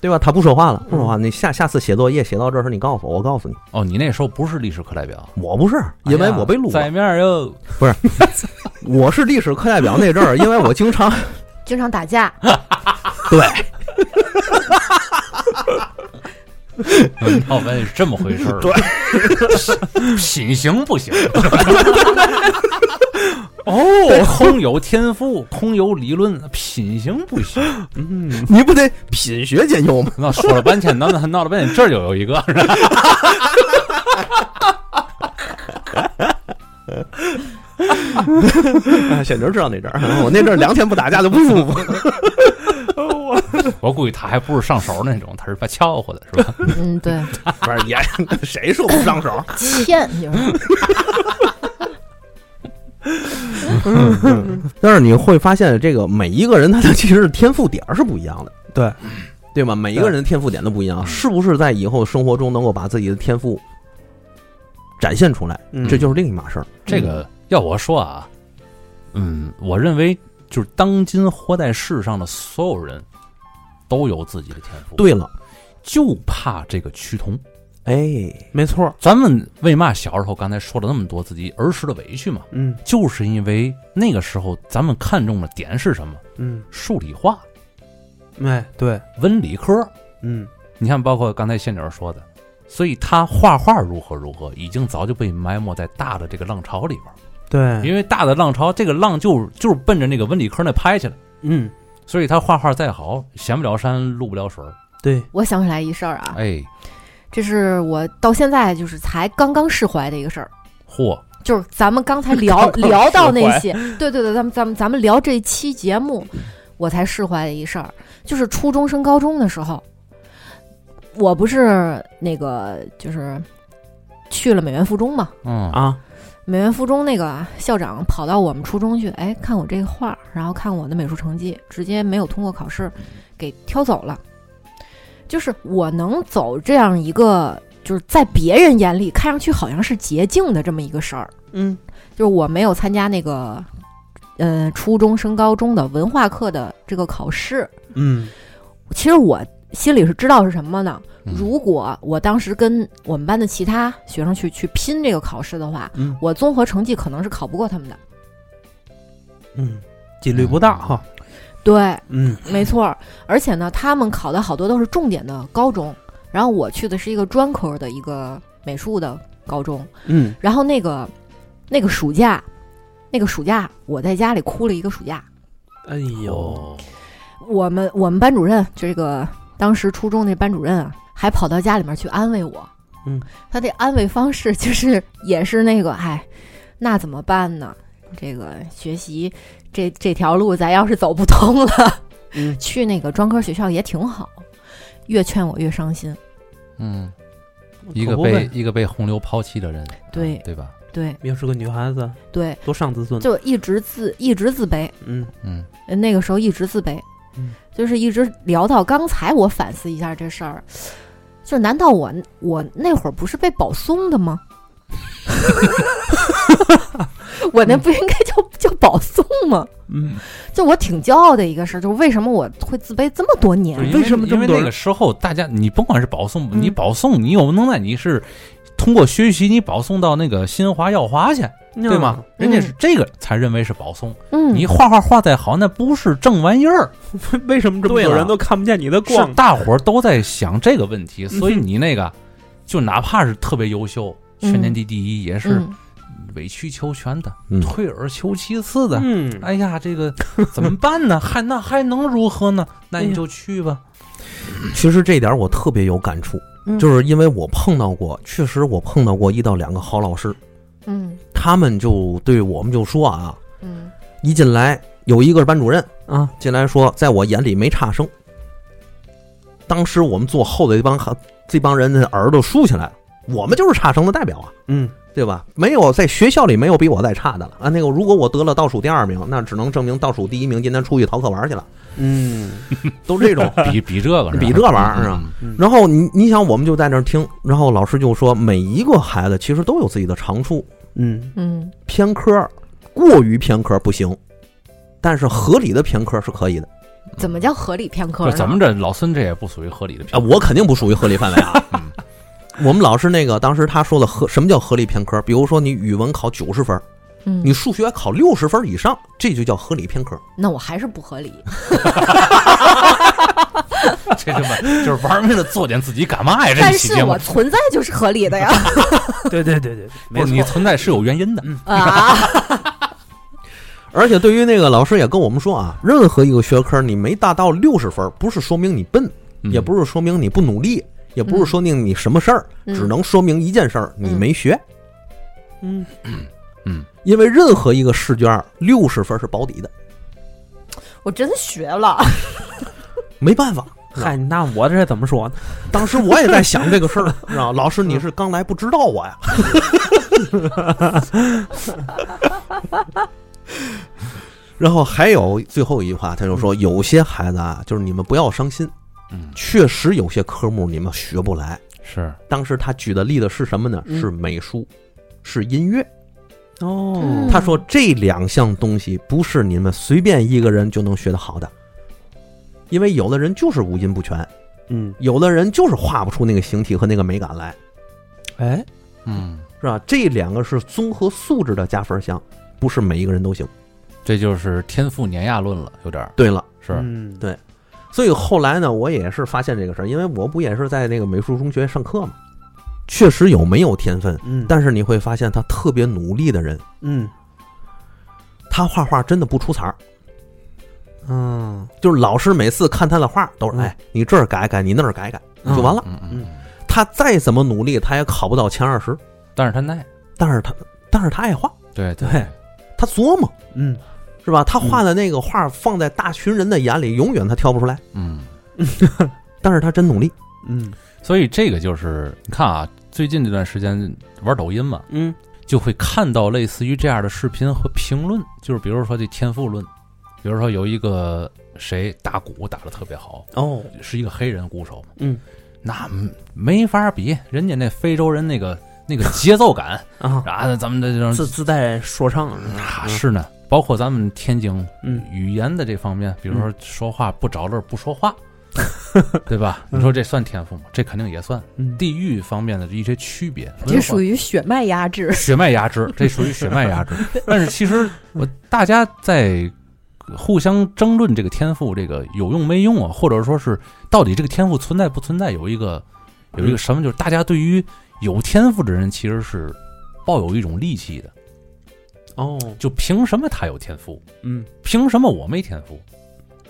Speaker 4: 对吧？他不说话了，不说话。你下下次写作业写到这儿时，你告诉我，我告诉你，
Speaker 1: 哦，你那时候不是历史课代表，
Speaker 4: 我不是，因为我被录
Speaker 1: 哎呀在
Speaker 4: 了。
Speaker 1: 面儿又
Speaker 4: 我是历史课代表那阵儿，因为我经 常
Speaker 2: 经常打架，
Speaker 4: 对
Speaker 1: 哦，原来是这么回事儿，品行不行，哦，空有天赋，空有理论，品行不行。
Speaker 3: 嗯，
Speaker 4: 你不得品学兼优吗？
Speaker 1: 那说了半天，闹闹闹了半天，这儿就有一个，
Speaker 4: 选择知道那阵儿，我那阵儿两天不打架 就不舒服。
Speaker 1: 我估计他还不是上手那种，他是把撬和的，是吧？
Speaker 2: 嗯， 对，
Speaker 4: 不是也谁说不上手？
Speaker 2: 欠就是
Speaker 4: 但是你会发现，这个每一个人他的其实天赋点儿是不一样的，
Speaker 3: 对，
Speaker 4: 对嗯吗？每一个人的天赋点都不一样，是不是在以后生活中能够把自己的天赋展现出来，
Speaker 3: 嗯
Speaker 4: 这就是另一码事儿。
Speaker 1: 这个要我说啊，嗯，我认为就是当今活在世上的所有人都有自己的天赋，，
Speaker 4: 对了，
Speaker 1: 就怕这个趋同。
Speaker 4: 哎，
Speaker 3: 没错儿，
Speaker 1: 咱们为嘛小时候刚才说了那么多自己儿时的委屈嘛？
Speaker 3: 嗯
Speaker 1: 就是因为那个时候咱们看重的点是什么？
Speaker 3: 嗯，
Speaker 1: 数理化、
Speaker 3: 哎，对，
Speaker 1: 文理科。
Speaker 3: 嗯
Speaker 1: 你看，包括刚才仙女儿说的，所以她画画如何如何，已经早就被埋没在大的这个浪潮里边儿。
Speaker 3: 对，
Speaker 1: 因为大的浪潮，这个浪就就是奔着那个文理科那拍去了。
Speaker 3: 嗯
Speaker 1: 所以她画画再好，显不了山，露不了水儿。
Speaker 3: 对，
Speaker 2: 我想起来一事儿啊，
Speaker 1: 哎，
Speaker 2: 这是我到现在就是才刚刚释怀的一个事儿。
Speaker 1: 嚯，
Speaker 2: 就是咱们刚才聊
Speaker 3: 刚刚
Speaker 2: 聊到
Speaker 3: 释
Speaker 2: 那
Speaker 3: 怀
Speaker 2: 些，对对对，咱们咱们咱们聊这期节目，我才释怀的一事儿，就是初中升高中的时候，我不是那个就是去了美院附中嘛，
Speaker 1: 嗯，
Speaker 3: 啊，
Speaker 2: 美院附中那个啊校长跑到我们初中去，哎，看我这个画儿，然后看我的美术成绩，直接没有通过考试，给挑走了。就是我能走这样一个，就是在别人眼里看上去好像是捷径的这么一个事儿，
Speaker 3: 嗯
Speaker 2: 就是我没有参加那个，呃，初中升高中的文化课的这个考试。
Speaker 3: 嗯
Speaker 2: 其实我心里是知道是什么的。
Speaker 1: 嗯
Speaker 2: 如果我当时跟我们班的其他学生去去拼这个考试的话，
Speaker 4: 嗯
Speaker 2: 我综合成绩可能是考不过他们的。
Speaker 3: 嗯，几率不大哈。
Speaker 2: 对，
Speaker 3: 嗯，
Speaker 2: 没错儿。而且呢，他们考的好多都是重点的高中，然后我去的是一个专科的一个美术的高中。
Speaker 3: 嗯，
Speaker 2: 然后那个那个暑假，那个暑假我在家里哭了一个暑假。
Speaker 3: 哎呦，
Speaker 1: 有
Speaker 2: 我们我们班主任就这个当时初中那班主任啊，还跑到家里面去安慰我。
Speaker 3: 嗯，
Speaker 2: 他的安慰方式就是也是那个，哎，那怎么办呢？这个学习这这条路咱要是走不通了，
Speaker 3: 嗯
Speaker 2: 去那个专科学校也挺好。越劝我越伤心。
Speaker 1: 嗯，一个
Speaker 3: 可不
Speaker 1: 被
Speaker 3: 呗
Speaker 1: 一个被洪流抛弃的人，
Speaker 2: 对
Speaker 1: 嗯对吧？
Speaker 2: 对
Speaker 3: 又是个女孩子，
Speaker 2: 对，
Speaker 3: 多伤自尊。
Speaker 2: 就一直自一直自卑，
Speaker 3: 嗯
Speaker 1: 嗯
Speaker 2: 呃那个时候一直自卑，
Speaker 3: 嗯
Speaker 2: 就是一直聊到刚才，我反思一下这事儿，就难道我我那会儿不是被保送的吗？ 我那不应该叫叫保送吗？
Speaker 3: 嗯，
Speaker 2: 就我挺骄傲的一个事儿，就是为什么我会自卑这么多年
Speaker 1: 就是？因
Speaker 3: 为什么这
Speaker 1: 因
Speaker 3: 么
Speaker 1: 为
Speaker 3: 多
Speaker 1: 那
Speaker 3: 人
Speaker 1: 个时候，大家你甭管是保送，
Speaker 2: 嗯
Speaker 1: 你保送，你有能耐，你是通过学习，你保送到那个新华药华去，
Speaker 3: 嗯
Speaker 1: 对吗？？人家是这个才认为是保送。
Speaker 2: 嗯，
Speaker 1: 你画画画再好，那不是正玩意儿。
Speaker 3: 为什么这么
Speaker 1: 对
Speaker 3: 多
Speaker 1: 了
Speaker 3: 人都看不见你的
Speaker 1: 是
Speaker 3: 光？
Speaker 1: 大伙儿都在想这个问题，
Speaker 3: 嗯哼
Speaker 1: 所以你那个就哪怕是特别优秀，
Speaker 2: 嗯
Speaker 1: 全年级第一，也是
Speaker 2: 嗯
Speaker 1: 委曲求全的，
Speaker 4: 嗯
Speaker 1: 退而求其次的。
Speaker 3: 嗯，
Speaker 1: 哎呀，这个怎么办呢？还那还能如何呢？那
Speaker 3: 哎
Speaker 1: 你
Speaker 3: 呀
Speaker 1: 就去吧。
Speaker 4: 其实这点儿我特别有感触，
Speaker 2: 嗯
Speaker 4: 就是因为我碰到过，确实我碰到过一到两个好老师，
Speaker 2: 嗯
Speaker 4: 他们就对我们就说啊，
Speaker 2: 嗯
Speaker 4: 一进来有一个是班主任
Speaker 3: 啊，
Speaker 4: 进来说，在我眼里没差生。当时我们坐后的这帮孩这帮人的耳朵竖起来了，我们就是差生的代表啊，
Speaker 3: 嗯，
Speaker 4: 对吧？没有在学校里没有比我再差的了啊。那个，如果我得了倒数第二名，那只能证明倒数第一名今天出去逃课玩去了，
Speaker 3: 嗯，
Speaker 4: 都 这种。
Speaker 1: 比比这个是吧，
Speaker 4: 比这玩意儿啊
Speaker 1: 嗯，
Speaker 4: 然后你你想，我们就在那儿听，然后老师就说，每一个孩子其实都有自己的长处，
Speaker 3: 嗯，
Speaker 2: 嗯
Speaker 4: 偏科过于偏科不行，但是合理的偏科是可以的
Speaker 1: 嗯
Speaker 2: 怎么叫合理偏科
Speaker 1: 就
Speaker 2: 呢？
Speaker 1: 怎么着，老孙这也不属于合理的
Speaker 4: 啊。
Speaker 1: 评估。
Speaker 4: 我肯定不属于合理范围 啊。
Speaker 1: 嗯
Speaker 4: 我们老师那个当时他说的合什么叫合理偏科？比如说你语文考九十分，
Speaker 2: 嗯？
Speaker 4: 你数学考六十分以上，这就叫合理偏科。
Speaker 2: 那我还是不合理。
Speaker 1: 这他妈就是玩命的做点自己干嘛呀？
Speaker 2: 但
Speaker 1: 这期
Speaker 2: 是
Speaker 1: 节目
Speaker 2: 我存在就是合理的呀
Speaker 3: 对对对对，没
Speaker 1: 不是
Speaker 3: 错
Speaker 1: 你，存在是有原因的。
Speaker 2: 啊！
Speaker 4: 而且对于那个老师也跟我们说啊，任何一个学科你没达到六十分，不是说明你笨，
Speaker 1: 嗯
Speaker 4: 也不是说明你不努力，也不是说明你什么事儿，
Speaker 2: 嗯
Speaker 4: 只能说明一件事儿，你没学。
Speaker 3: 嗯，
Speaker 4: 因为任何一个试卷六十分是保底的，
Speaker 2: 我真学了。
Speaker 4: 没办法。
Speaker 3: 嗨，那我这怎么说呢？
Speaker 4: 当时我也在想这个事儿，知道吗老师你是刚来不知道我呀？ 然后还有最后一句话，他就说：“有些孩子啊，就是你们不要伤心，
Speaker 1: 嗯
Speaker 4: 确实有些科目你们学不来。
Speaker 1: 是”
Speaker 4: 当时他举的例子是什么呢？
Speaker 3: 嗯
Speaker 4: 是美术，是音乐。
Speaker 3: 哦
Speaker 2: 嗯，
Speaker 4: 他说这两项东西不是你们随便一个人就能学得好的，因为有的人就是五音不全，
Speaker 3: 嗯，
Speaker 4: 有的人就是画不出那个形体和那个美感来。
Speaker 3: 哎，
Speaker 1: 嗯。
Speaker 4: 是吧？这两个是综合素质的加分项，不是每一个人都行。
Speaker 1: 这就是天赋碾压论了，有点儿
Speaker 4: 对了，
Speaker 1: 是，
Speaker 3: 嗯，
Speaker 4: 对所以后来呢，我也是发现这个事儿，因为我不也是在那个美术中学上课嘛，确实有没有天分，
Speaker 3: 嗯，
Speaker 4: 但是你会发现他特别努力的人，
Speaker 3: 嗯
Speaker 4: 他画画真的不出彩儿。
Speaker 3: 嗯
Speaker 4: 就是老师每次看他的画，都是
Speaker 3: 嗯
Speaker 4: 哎，你这儿改改，你那儿改改，就完了。
Speaker 1: 嗯嗯嗯。
Speaker 4: 他再怎么努力，他也考不到前二十。
Speaker 1: 但是他耐，
Speaker 4: 但是他，但是他爱画，
Speaker 1: 对
Speaker 3: 对
Speaker 4: 他琢磨，
Speaker 3: 嗯，
Speaker 4: 是吧？他画的那个画放在大群人的眼里，永远他挑不出来。
Speaker 1: 嗯。
Speaker 4: 但是他真努力，
Speaker 3: 嗯
Speaker 1: 所以这个就是你看啊，最近这段时间玩抖音嘛，
Speaker 3: 嗯
Speaker 1: 就会看到类似于这样的视频和评论，就是比如说这天赋论，比如说有一个谁打鼓打得特别好，
Speaker 3: 哦，
Speaker 1: 是一个黑人鼓手嘛，
Speaker 3: 嗯
Speaker 1: 那没法比，人家那非洲人那个那个节奏感
Speaker 3: 啊，
Speaker 1: 啊，咱们这种
Speaker 3: 自自带说唱，
Speaker 1: 啊是呢，包括咱们天津
Speaker 3: 嗯
Speaker 1: 语言的这方面，比如说说话不着乐不说话，
Speaker 3: 嗯
Speaker 1: 对吧？你说这算天赋吗？这肯定也算。
Speaker 4: 嗯
Speaker 1: 地域方面的一些区别，
Speaker 5: 这属于血脉压制。
Speaker 1: 血脉压制，这属于血脉压制。但是其实我大家在互相争论这个天赋这个有用没用啊，或者说是到底这个天赋存在不存在，有一个有一个什么，就是大家对于有天赋的人其实是抱有一种戾气的，
Speaker 4: 哦，
Speaker 1: 就凭什么他有天赋？
Speaker 4: 嗯，
Speaker 1: 凭什么我没天赋？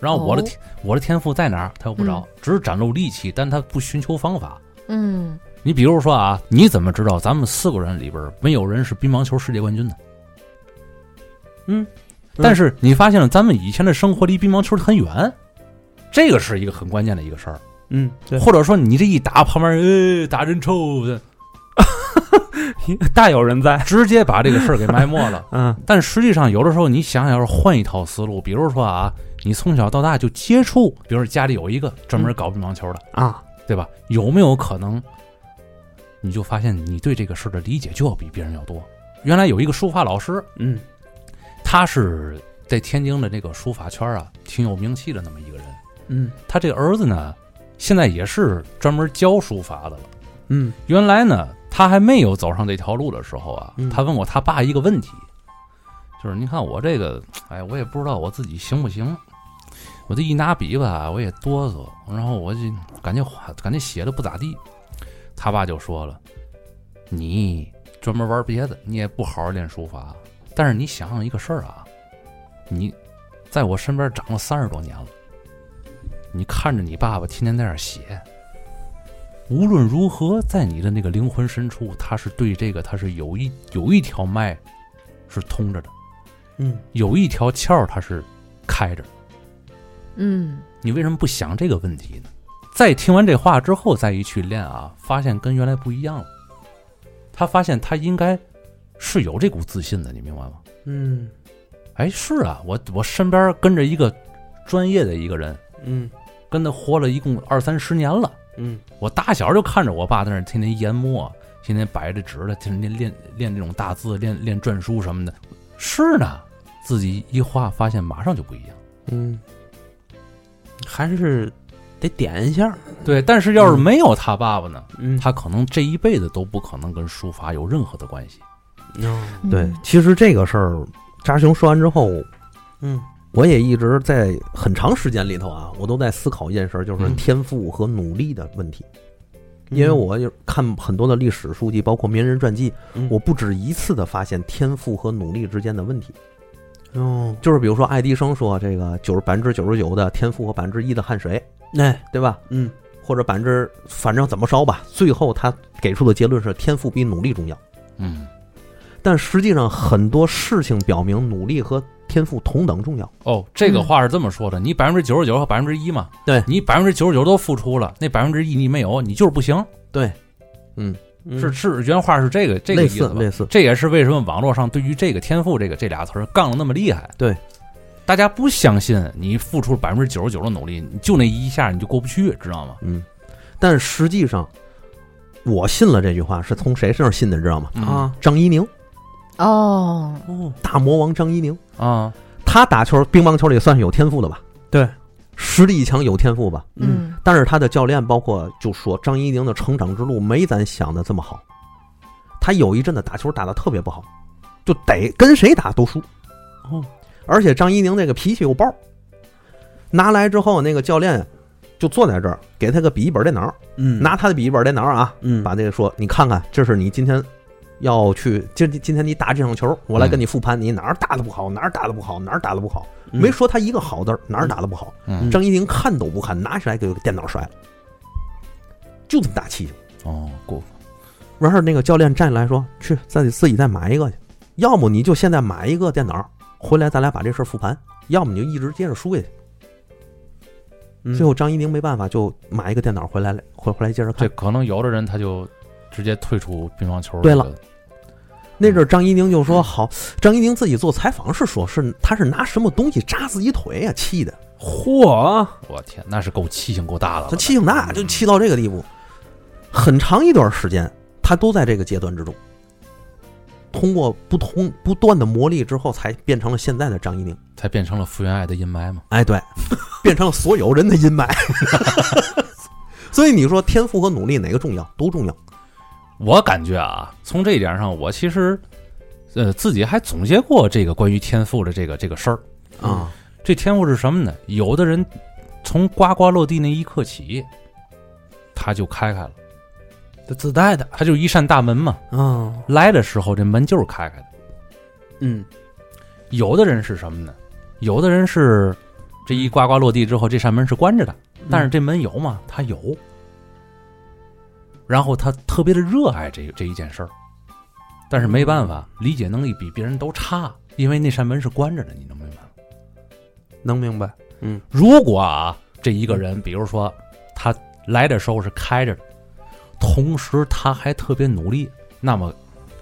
Speaker 1: 然后我的
Speaker 5: 哦
Speaker 1: 天、我的天赋在哪儿？他又不着，只是展露力气，但他不寻求方法。
Speaker 2: 嗯，
Speaker 1: 你比如说啊，你怎么知道咱们四个人里边没有人是乒乓球世界冠军的？
Speaker 4: 嗯，
Speaker 1: 但是你发现了，咱们以前的生活离乒乓球很远，这个是一个很关键的一个事儿。
Speaker 4: 嗯，对，。
Speaker 1: 或者说你这一打，旁边人呃打真臭的，
Speaker 3: 大有人在。
Speaker 1: 直接把这个事儿给埋没了
Speaker 4: 嗯
Speaker 1: 但实际上，有的时候你想想，要是换一套思路，比如说啊，你从小到大就接触，比如说家里有一个专门搞乒乓球的，
Speaker 4: 啊，
Speaker 1: 对吧？有没有可能，你就发现你对这个事儿的理解就要比别人要多？原来有一个书法老师，
Speaker 4: 嗯
Speaker 1: 他是在天津的这个书法圈啊，挺有名气的那么一个人。
Speaker 4: 嗯
Speaker 1: 他这个儿子呢，现在也是专门教书法的了。
Speaker 4: 嗯
Speaker 1: 原来呢，他还没有走上这条路的时候啊
Speaker 4: 嗯，
Speaker 1: 他问我他爸一个问题，就是你看我这个，哎，我也不知道我自己行不行，我这一拿笔吧，我也哆嗦，然后我就感觉画感觉写的不咋地。他爸就说了，你专门玩别的，你也不好好练书法，但是你想想一个事儿啊，你在我身边长了三十多年了，你看着你爸爸天天在那儿写。无论如何，在你的那个灵魂深处，他是对这个，他是有一有一条脉是通着的，
Speaker 4: 嗯，
Speaker 1: 有一条窍儿它是开着的。
Speaker 2: 嗯，
Speaker 1: 你为什么不想这个问题呢？在听完这话之后，再一去练啊，发现跟原来不一样了。他发现他应该是有这股自信的，你明白吗？
Speaker 4: 嗯
Speaker 1: 哎，是啊，我我身边跟着一个专业的一个人，
Speaker 4: 嗯
Speaker 1: 跟他活了一共二三十年了。
Speaker 4: 嗯
Speaker 1: 我打小就看着我爸在那儿天天研墨，天天摆着纸的，天天练练这种大字，练练篆书什么的。是呢，自己一画发现马上就不一样。
Speaker 4: 嗯
Speaker 3: 还是得点一下。
Speaker 1: 对，但是要是没有他爸爸呢，
Speaker 4: 嗯，
Speaker 1: 他可能这一辈子都不可能跟书法有任何的关系。
Speaker 3: 嗯
Speaker 4: 对，其实这个事儿，扎熊说完之后，
Speaker 3: 嗯
Speaker 4: 我也一直在很长时间里头啊，我都在思考一件事儿，就是
Speaker 1: 嗯
Speaker 4: 天赋和努力的问题。
Speaker 3: 嗯
Speaker 4: 因为我有看很多的历史书籍，包括名人传记，
Speaker 3: 嗯
Speaker 4: 我不止一次的发现天赋和努力之间的问题。
Speaker 3: 哦，
Speaker 4: 就是比如说爱迪生说这个九十百分之九十九的天赋和百分之一的汗水，
Speaker 3: 哎，
Speaker 4: 对吧？
Speaker 3: 嗯
Speaker 4: 或者百分之反正怎么烧吧，最后他给出的结论是天赋比努力重要。
Speaker 1: 嗯，
Speaker 4: 但实际上很多事情表明，努力和天赋同等重要。
Speaker 1: 哦，这个话是这么说的：你百分之九十九和百分之一嘛，
Speaker 4: 对
Speaker 1: 你百分之九十九都付出了，那百分之一你没有，你就是不行。是是，原话是这个这个
Speaker 4: 嗯类
Speaker 1: 意思
Speaker 4: 似
Speaker 1: 吧？
Speaker 4: 类似，
Speaker 1: 这也是为什么网络上对于这个“天赋”这个这俩词儿杠的那么厉害。
Speaker 4: 对，
Speaker 1: 大家不相信你付出百分之九十九的努力，你就那一下你就过不去，知道吗？
Speaker 4: 嗯。但实际上，我信了这句话是从谁身上信的，你知道吗？
Speaker 1: 啊
Speaker 3: 啊
Speaker 4: 张怡宁，
Speaker 2: 哦，
Speaker 3: 哦
Speaker 4: 大魔王张怡宁，
Speaker 1: 啊，
Speaker 4: 他打球乒乓球里算是有天赋的吧？
Speaker 3: 对，
Speaker 4: 实力强有天赋吧？
Speaker 3: 嗯
Speaker 2: 嗯
Speaker 4: 但是他的教练包括就说张怡宁的成长之路没咱想的这么好，他有一阵子打球打得特别不好，就逮跟谁打都输。
Speaker 3: 哦，
Speaker 4: 而且张怡宁这个脾气又暴，拿来之后那个教练就坐在这儿给他个笔记本电脑，
Speaker 3: 嗯
Speaker 4: 拿他的笔记本电脑啊，
Speaker 3: 嗯
Speaker 4: 把那个说你看看，这是你今天。要去今今天你打这场球，我来跟你复盘，你哪儿打的不好，哪儿打的不好，哪儿打的不好，没说他一个好字儿，哪儿打的不好。
Speaker 1: 嗯
Speaker 4: 张怡宁看都不看，拿起来给电脑摔了，就这么大气性。
Speaker 1: 哦，过
Speaker 4: 完事儿，那个教练站起来说：“去，再自己再买一个去，要么你就现在买一个电脑，回来咱俩把这事儿复盘；要么你就一直接着输下去。
Speaker 3: 嗯
Speaker 4: 最后张怡宁没办法，就买一个电脑回来了，回回来接着
Speaker 1: 这
Speaker 4: 看。
Speaker 1: 可能有的人他就直接退出乒乓球。
Speaker 4: 对了，那阵儿张怡宁就说：“好。”张怡宁自己做采访是说，是他是拿什么东西扎自己腿呀、气的，
Speaker 3: 嚯，
Speaker 1: 我天，那是够气性够大的了。嗯
Speaker 4: 他气性大，就气到这个地步。很长一段时间，他都在这个阶段之中。通过不同不断的磨砺之后，才变成了现在的张怡宁。
Speaker 1: 才变成了福原爱的阴霾嘛。
Speaker 4: 哎，对， 变成了所有人的阴霾。 所以你说天赋和努力哪个重要？都重要。
Speaker 1: 我感觉啊，从这一点上，我其实呃自己还总结过这个关于天赋的这个这个事儿。
Speaker 4: 啊，
Speaker 1: 这天赋是什么呢？有的人从呱呱落地那一刻起，他就开开了，
Speaker 3: 这自带的，
Speaker 1: 他就一扇大门嘛。
Speaker 3: 嗯
Speaker 1: 来的时候这门就是开开的。
Speaker 3: 嗯，
Speaker 1: 有的人是什么呢？有的人是这一呱呱落地之后，这扇门是关着的，但是这门有吗？他有。然后他特别的热爱这这一件事儿，但是没办法，理解能力比别人都差，因为那扇门是关着的，你能明白吗？
Speaker 3: 能明白，
Speaker 1: 如果啊，这一个人，比如说他来的时候是开着的，同时他还特别努力，那么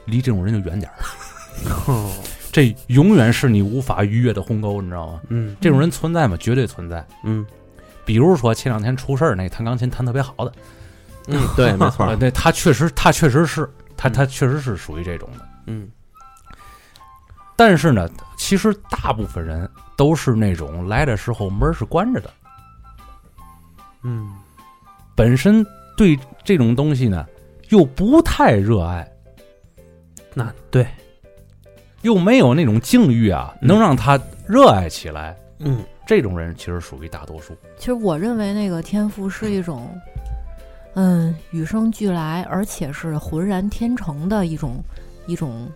Speaker 1: 离这种人就远点儿，这永远是你无法逾越的鸿沟，你知道吗？
Speaker 3: 嗯
Speaker 1: 这种人存在吗？绝对存在。
Speaker 3: 嗯
Speaker 1: 比如说前两天出事儿那个弹钢琴弹特别好的，
Speaker 4: 嗯，对，没错
Speaker 1: 呃，。对他确实，他确实是，他
Speaker 3: 嗯
Speaker 1: 他确实是属于这种的。
Speaker 3: 嗯
Speaker 1: 但是呢，其实大部分人都是那种来的时候门儿是关着的，
Speaker 3: 嗯
Speaker 1: 本身对这种东西呢又不太热爱，
Speaker 3: 那对，
Speaker 1: 又没有那种境遇啊，能让他热爱起来。
Speaker 3: 嗯
Speaker 1: 这种人其实属于大多数。
Speaker 2: 其实我认为那个天赋是一种，嗯，与生俱来，而且是浑然天成的一种一种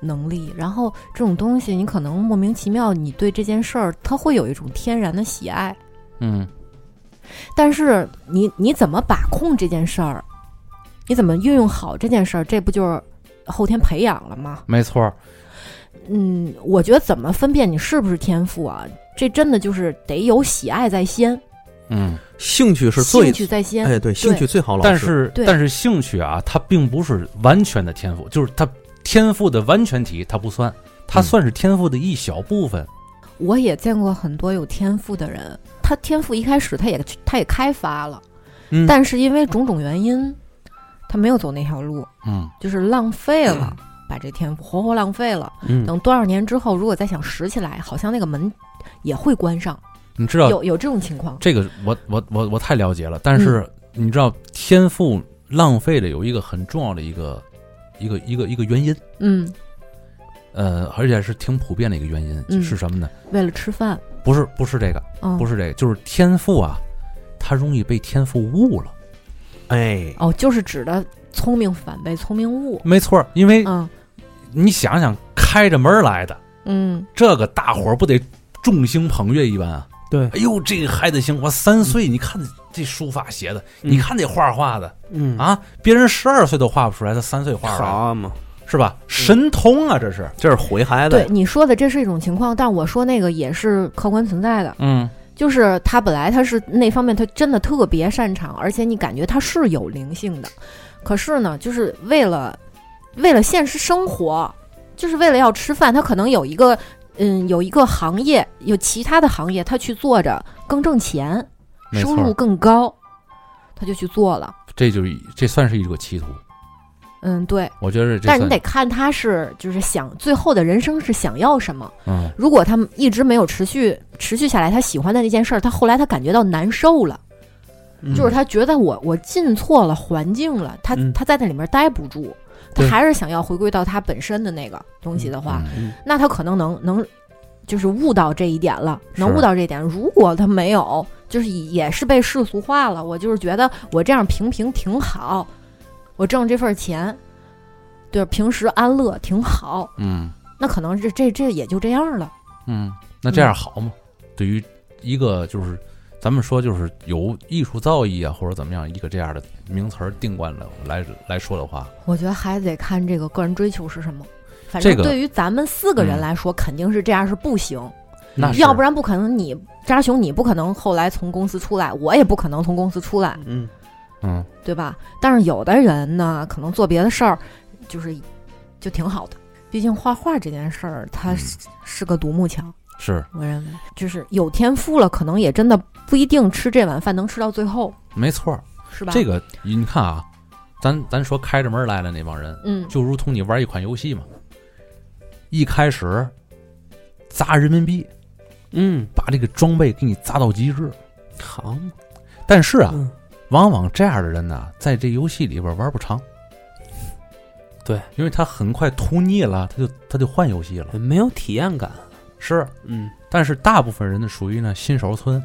Speaker 2: 能力。然后这种东西，你可能莫名其妙，你对这件事儿，它会有一种天然的喜爱。
Speaker 1: 嗯，
Speaker 2: 但是你你怎么把控这件事儿，你怎么运用好这件事儿，这不就是后天培养了吗？
Speaker 1: 没错儿。
Speaker 2: 嗯，我觉得怎么分辨你是不是天赋啊，这真的就是得有喜爱在先，
Speaker 1: 嗯，
Speaker 4: 兴趣是
Speaker 2: 兴
Speaker 4: 最
Speaker 2: 趣在先。
Speaker 4: 哎，对，兴趣最好老师。
Speaker 1: 但是
Speaker 2: 对
Speaker 1: 但是兴趣啊，它并不是完全的天赋，就是它天赋的完全体它不算，它
Speaker 4: 嗯
Speaker 1: 算是天赋的一小部分。
Speaker 2: 我也见过很多有天赋的人，他天赋一开始他也他也开发了，
Speaker 3: 嗯
Speaker 2: 但是因为种种原因，他没有走那条路，
Speaker 1: 嗯，
Speaker 2: 就是浪费了，把这天赋活活浪费了。
Speaker 3: 嗯
Speaker 2: 等多少年之后，如果再想拾起来，好像那个门也会关上，
Speaker 1: 你知道
Speaker 2: 有有这种情况。
Speaker 1: 这个我我我我太了解了，但是
Speaker 2: 嗯
Speaker 1: 你知道天赋浪费了有一个很重要的一个一个一个一个原因，
Speaker 2: 嗯，
Speaker 1: 呃，而且是挺普遍的一个原因、
Speaker 2: 嗯
Speaker 1: 是什么呢？
Speaker 2: 为了吃饭，
Speaker 1: 不是不是这个，
Speaker 2: 嗯，
Speaker 1: 不是这个，就是天赋啊，它容易被天赋误了。
Speaker 4: 哎，
Speaker 2: 哦，就是指的聪明反被聪明误。
Speaker 1: 没错，因为
Speaker 2: 嗯
Speaker 1: 你想想，开着门儿来的。
Speaker 2: 嗯，
Speaker 1: 这个大伙儿不得众星捧月一般啊？
Speaker 3: 对
Speaker 1: 哎呦，这个孩子行，我三岁，你看这书法写的，
Speaker 3: 嗯
Speaker 1: 你看这画画的
Speaker 3: 嗯啊，
Speaker 1: 啊，别人十二岁都画不出来，他三岁画出来，
Speaker 3: 好嘛，
Speaker 1: 是吧？神通啊，这是，
Speaker 4: 这是毁孩
Speaker 2: 对
Speaker 4: 子。
Speaker 2: 你说的这是一种情况，但我说那个也是客观存在的。
Speaker 1: 嗯，
Speaker 2: 就是他本来他是那方面他真的特别擅长，而且你感觉他是有灵性的，可是呢，就是为了为了现实生活，就是为了要吃饭，他可能有一个嗯有一个行业，有其他的行业他去做着更挣钱，
Speaker 1: 没
Speaker 2: 收入
Speaker 1: 错，
Speaker 2: 更高，他就去做了。
Speaker 1: 这就是一这算是一个歧途，
Speaker 2: 嗯，对，
Speaker 1: 我觉得这算，
Speaker 2: 但是你得看他是就是想最后的人生是想要什么。
Speaker 1: 嗯，
Speaker 2: 如果他一直没有持续持续下来，他喜欢的那件事儿，他后来他感觉到难受了。
Speaker 1: 嗯
Speaker 2: 就是他觉得我我进错了环境了，他、
Speaker 3: 嗯
Speaker 2: 他在那里面待不住，他
Speaker 3: 对
Speaker 2: 还是想要回归到他本身的那个东西的话，
Speaker 1: 嗯
Speaker 2: 那他可能能能就是悟到这一点了，能
Speaker 1: 是
Speaker 2: 悟到这一点。如果他没有，就是也是被世俗化了，我就是觉得我这样平平挺好，我挣这份钱，对，平时安乐挺好，
Speaker 1: 嗯
Speaker 2: 那可能这这这也就这样了。
Speaker 1: 嗯，那这样好吗？对于一个就是。咱们说就是有艺术造诣啊，或者怎么样一个这样的名词儿定冠了来来说的话，
Speaker 2: 我觉得还得看这个个人追求是什么。反
Speaker 1: 这
Speaker 2: 正
Speaker 1: 个
Speaker 2: 对于咱们四个人
Speaker 1: 嗯
Speaker 2: 来说，肯定是这样是不行。
Speaker 1: 那是
Speaker 2: 嗯要不然不可能你扎熊，你不可能后来从公司出来，我也不可能从公司出来，
Speaker 3: 嗯
Speaker 1: 嗯，
Speaker 2: 对吧？但是有的人呢，可能做别的事儿，就是就挺好的。毕竟画画这件事儿，它
Speaker 1: 嗯
Speaker 2: 是是个独木桥，
Speaker 1: 是
Speaker 2: 我认为就是有天赋了，可能也真的不一定吃这碗饭能吃到最后，
Speaker 1: 没错儿，
Speaker 2: 是吧？
Speaker 1: 这个你看啊，咱咱说开着门来的那帮人，
Speaker 2: 嗯，
Speaker 1: 就如同你玩一款游戏嘛，一开始砸人民币，
Speaker 3: 嗯，
Speaker 1: 把这个装备给你砸到极致。
Speaker 3: 好嘛，
Speaker 1: 但是啊，
Speaker 3: 嗯
Speaker 1: 往往这样的人呢，在这游戏里边玩不长。
Speaker 3: 对，
Speaker 1: 因为他很快图腻了，他就他就换游戏了。
Speaker 3: 没有体验感，
Speaker 1: 是，
Speaker 3: 嗯
Speaker 1: 但是大部分人呢，属于呢新手村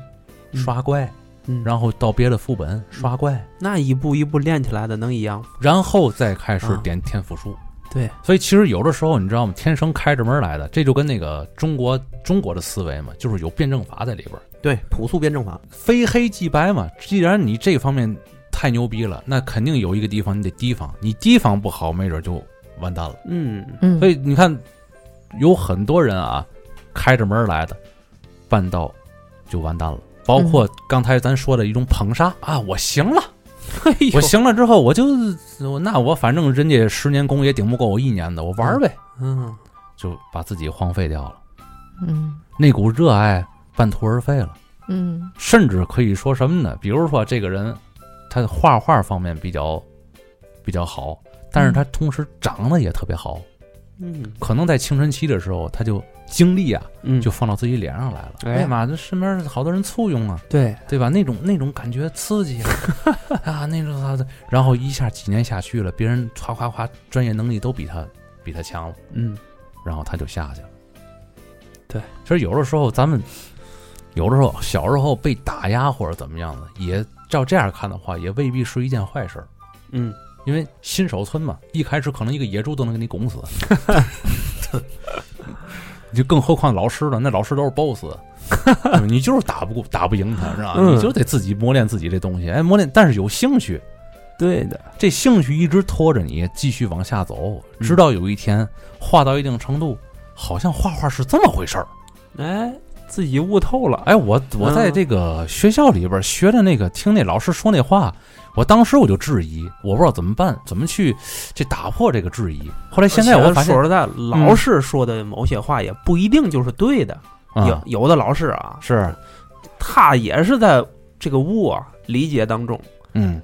Speaker 3: 嗯
Speaker 1: 刷怪，
Speaker 3: 嗯，
Speaker 1: 然后到别的副本刷怪，
Speaker 3: 那一步一步练起来的能一样吗？
Speaker 1: 然后再开始
Speaker 3: 啊
Speaker 1: 点天赋树。
Speaker 3: 对，
Speaker 1: 所以其实有的时候你知道吗？天生开着门来的，这就跟那个中国中国的思维嘛，就是有辩证法在里边儿，
Speaker 4: 对，朴素辩证法，
Speaker 1: 非黑即白嘛。既然你这方面太牛逼了，那肯定有一个地方你得提防，你提防不好，没准就完蛋了。
Speaker 3: 嗯，
Speaker 2: 嗯，
Speaker 1: 所以你看，有很多人啊，开着门来的，半道就完蛋了。包括刚才咱说的一种捧杀啊，我行了，
Speaker 3: 哎呦
Speaker 1: 我行了之后，我就我那我反正人家十年功也顶不过我一年的，我玩儿呗，
Speaker 3: 嗯，
Speaker 1: 就把自己荒废掉了。
Speaker 2: 嗯
Speaker 1: 那股热爱半途而废了，
Speaker 2: 嗯
Speaker 1: 甚至可以说什么呢？比如说这个人，他画画方面比较比较好，但是他同时长得也特别好，
Speaker 3: 嗯
Speaker 1: 可能在青春期的时候，他就精力啊
Speaker 3: 嗯，
Speaker 1: 就放到自己脸上来了。
Speaker 3: 哎
Speaker 1: 哎呀妈，这身边好多人簇拥啊，
Speaker 3: 对，
Speaker 1: 对吧？那种那种感觉刺激啊 啊，那种啥的，然后一下几年下去了，别人夸夸夸，专业能力都比他比他强了。
Speaker 3: 嗯，
Speaker 1: 然后他就下去了。
Speaker 3: 对，
Speaker 1: 其实有的时候咱们有的时候小时候被打压或者怎么样的，也照这样看的话，也未必是一件坏事儿。
Speaker 3: 嗯，
Speaker 1: 因为新手村嘛，一开始可能一个野猪都能给你拱死， 你就更何况老师了，那老师都是 boss，你就是打不过打不赢他，是吧？
Speaker 3: 嗯
Speaker 1: 你就得自己磨练自己这东西，哎，磨练，但是有兴趣，
Speaker 3: 对的，
Speaker 1: 这兴趣一直拖着你继续往下走，直到有一天画到一定程度，好像画画是这么回事儿。
Speaker 3: 哎，自己悟透了，哎，
Speaker 1: 哎，我我在这个学校里边学的那个，听那老师说那话，我当时我就质疑，我不知道怎么办，怎么去这打破这个质疑。后来现在我
Speaker 3: 而且
Speaker 1: 发现
Speaker 3: 说，实在，老师说的某些话也不一定就是对的，有
Speaker 1: 啊，
Speaker 3: 有的老师啊，
Speaker 1: 是，
Speaker 3: 他也是在这个悟啊理解当中，
Speaker 1: 嗯，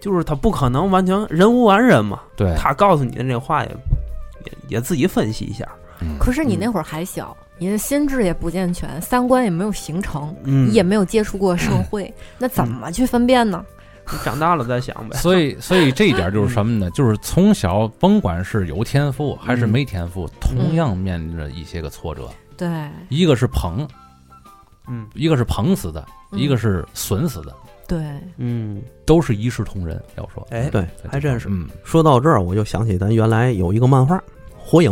Speaker 3: 就是他不可能完全人无完人嘛，
Speaker 1: 对，
Speaker 3: 他告诉你的这话也也也自己分析一下，
Speaker 1: 嗯
Speaker 2: 可是你那会儿还小，你的心智也不健全，三观也没有形成，
Speaker 3: 嗯，
Speaker 2: 你也没有接触过社
Speaker 1: 嗯
Speaker 2: 会，那怎么去分辨呢？
Speaker 3: 你长大了再想呗，
Speaker 1: 所以所以这一点就是什么呢？就是从小甭管是有天赋还是
Speaker 3: 嗯
Speaker 1: 没天赋，同样面临着一些个挫折，
Speaker 2: 对，
Speaker 1: 一个是捧，
Speaker 3: 嗯
Speaker 1: 一个是捧死的，
Speaker 2: 嗯
Speaker 1: 一个是损死的，
Speaker 2: 对，
Speaker 3: 嗯，
Speaker 1: 都是一视同仁。要说，
Speaker 3: 哎，
Speaker 4: 对。
Speaker 3: 还真是，
Speaker 1: 嗯，
Speaker 4: 说到这儿，我就想起咱原来有一个漫画《火影》，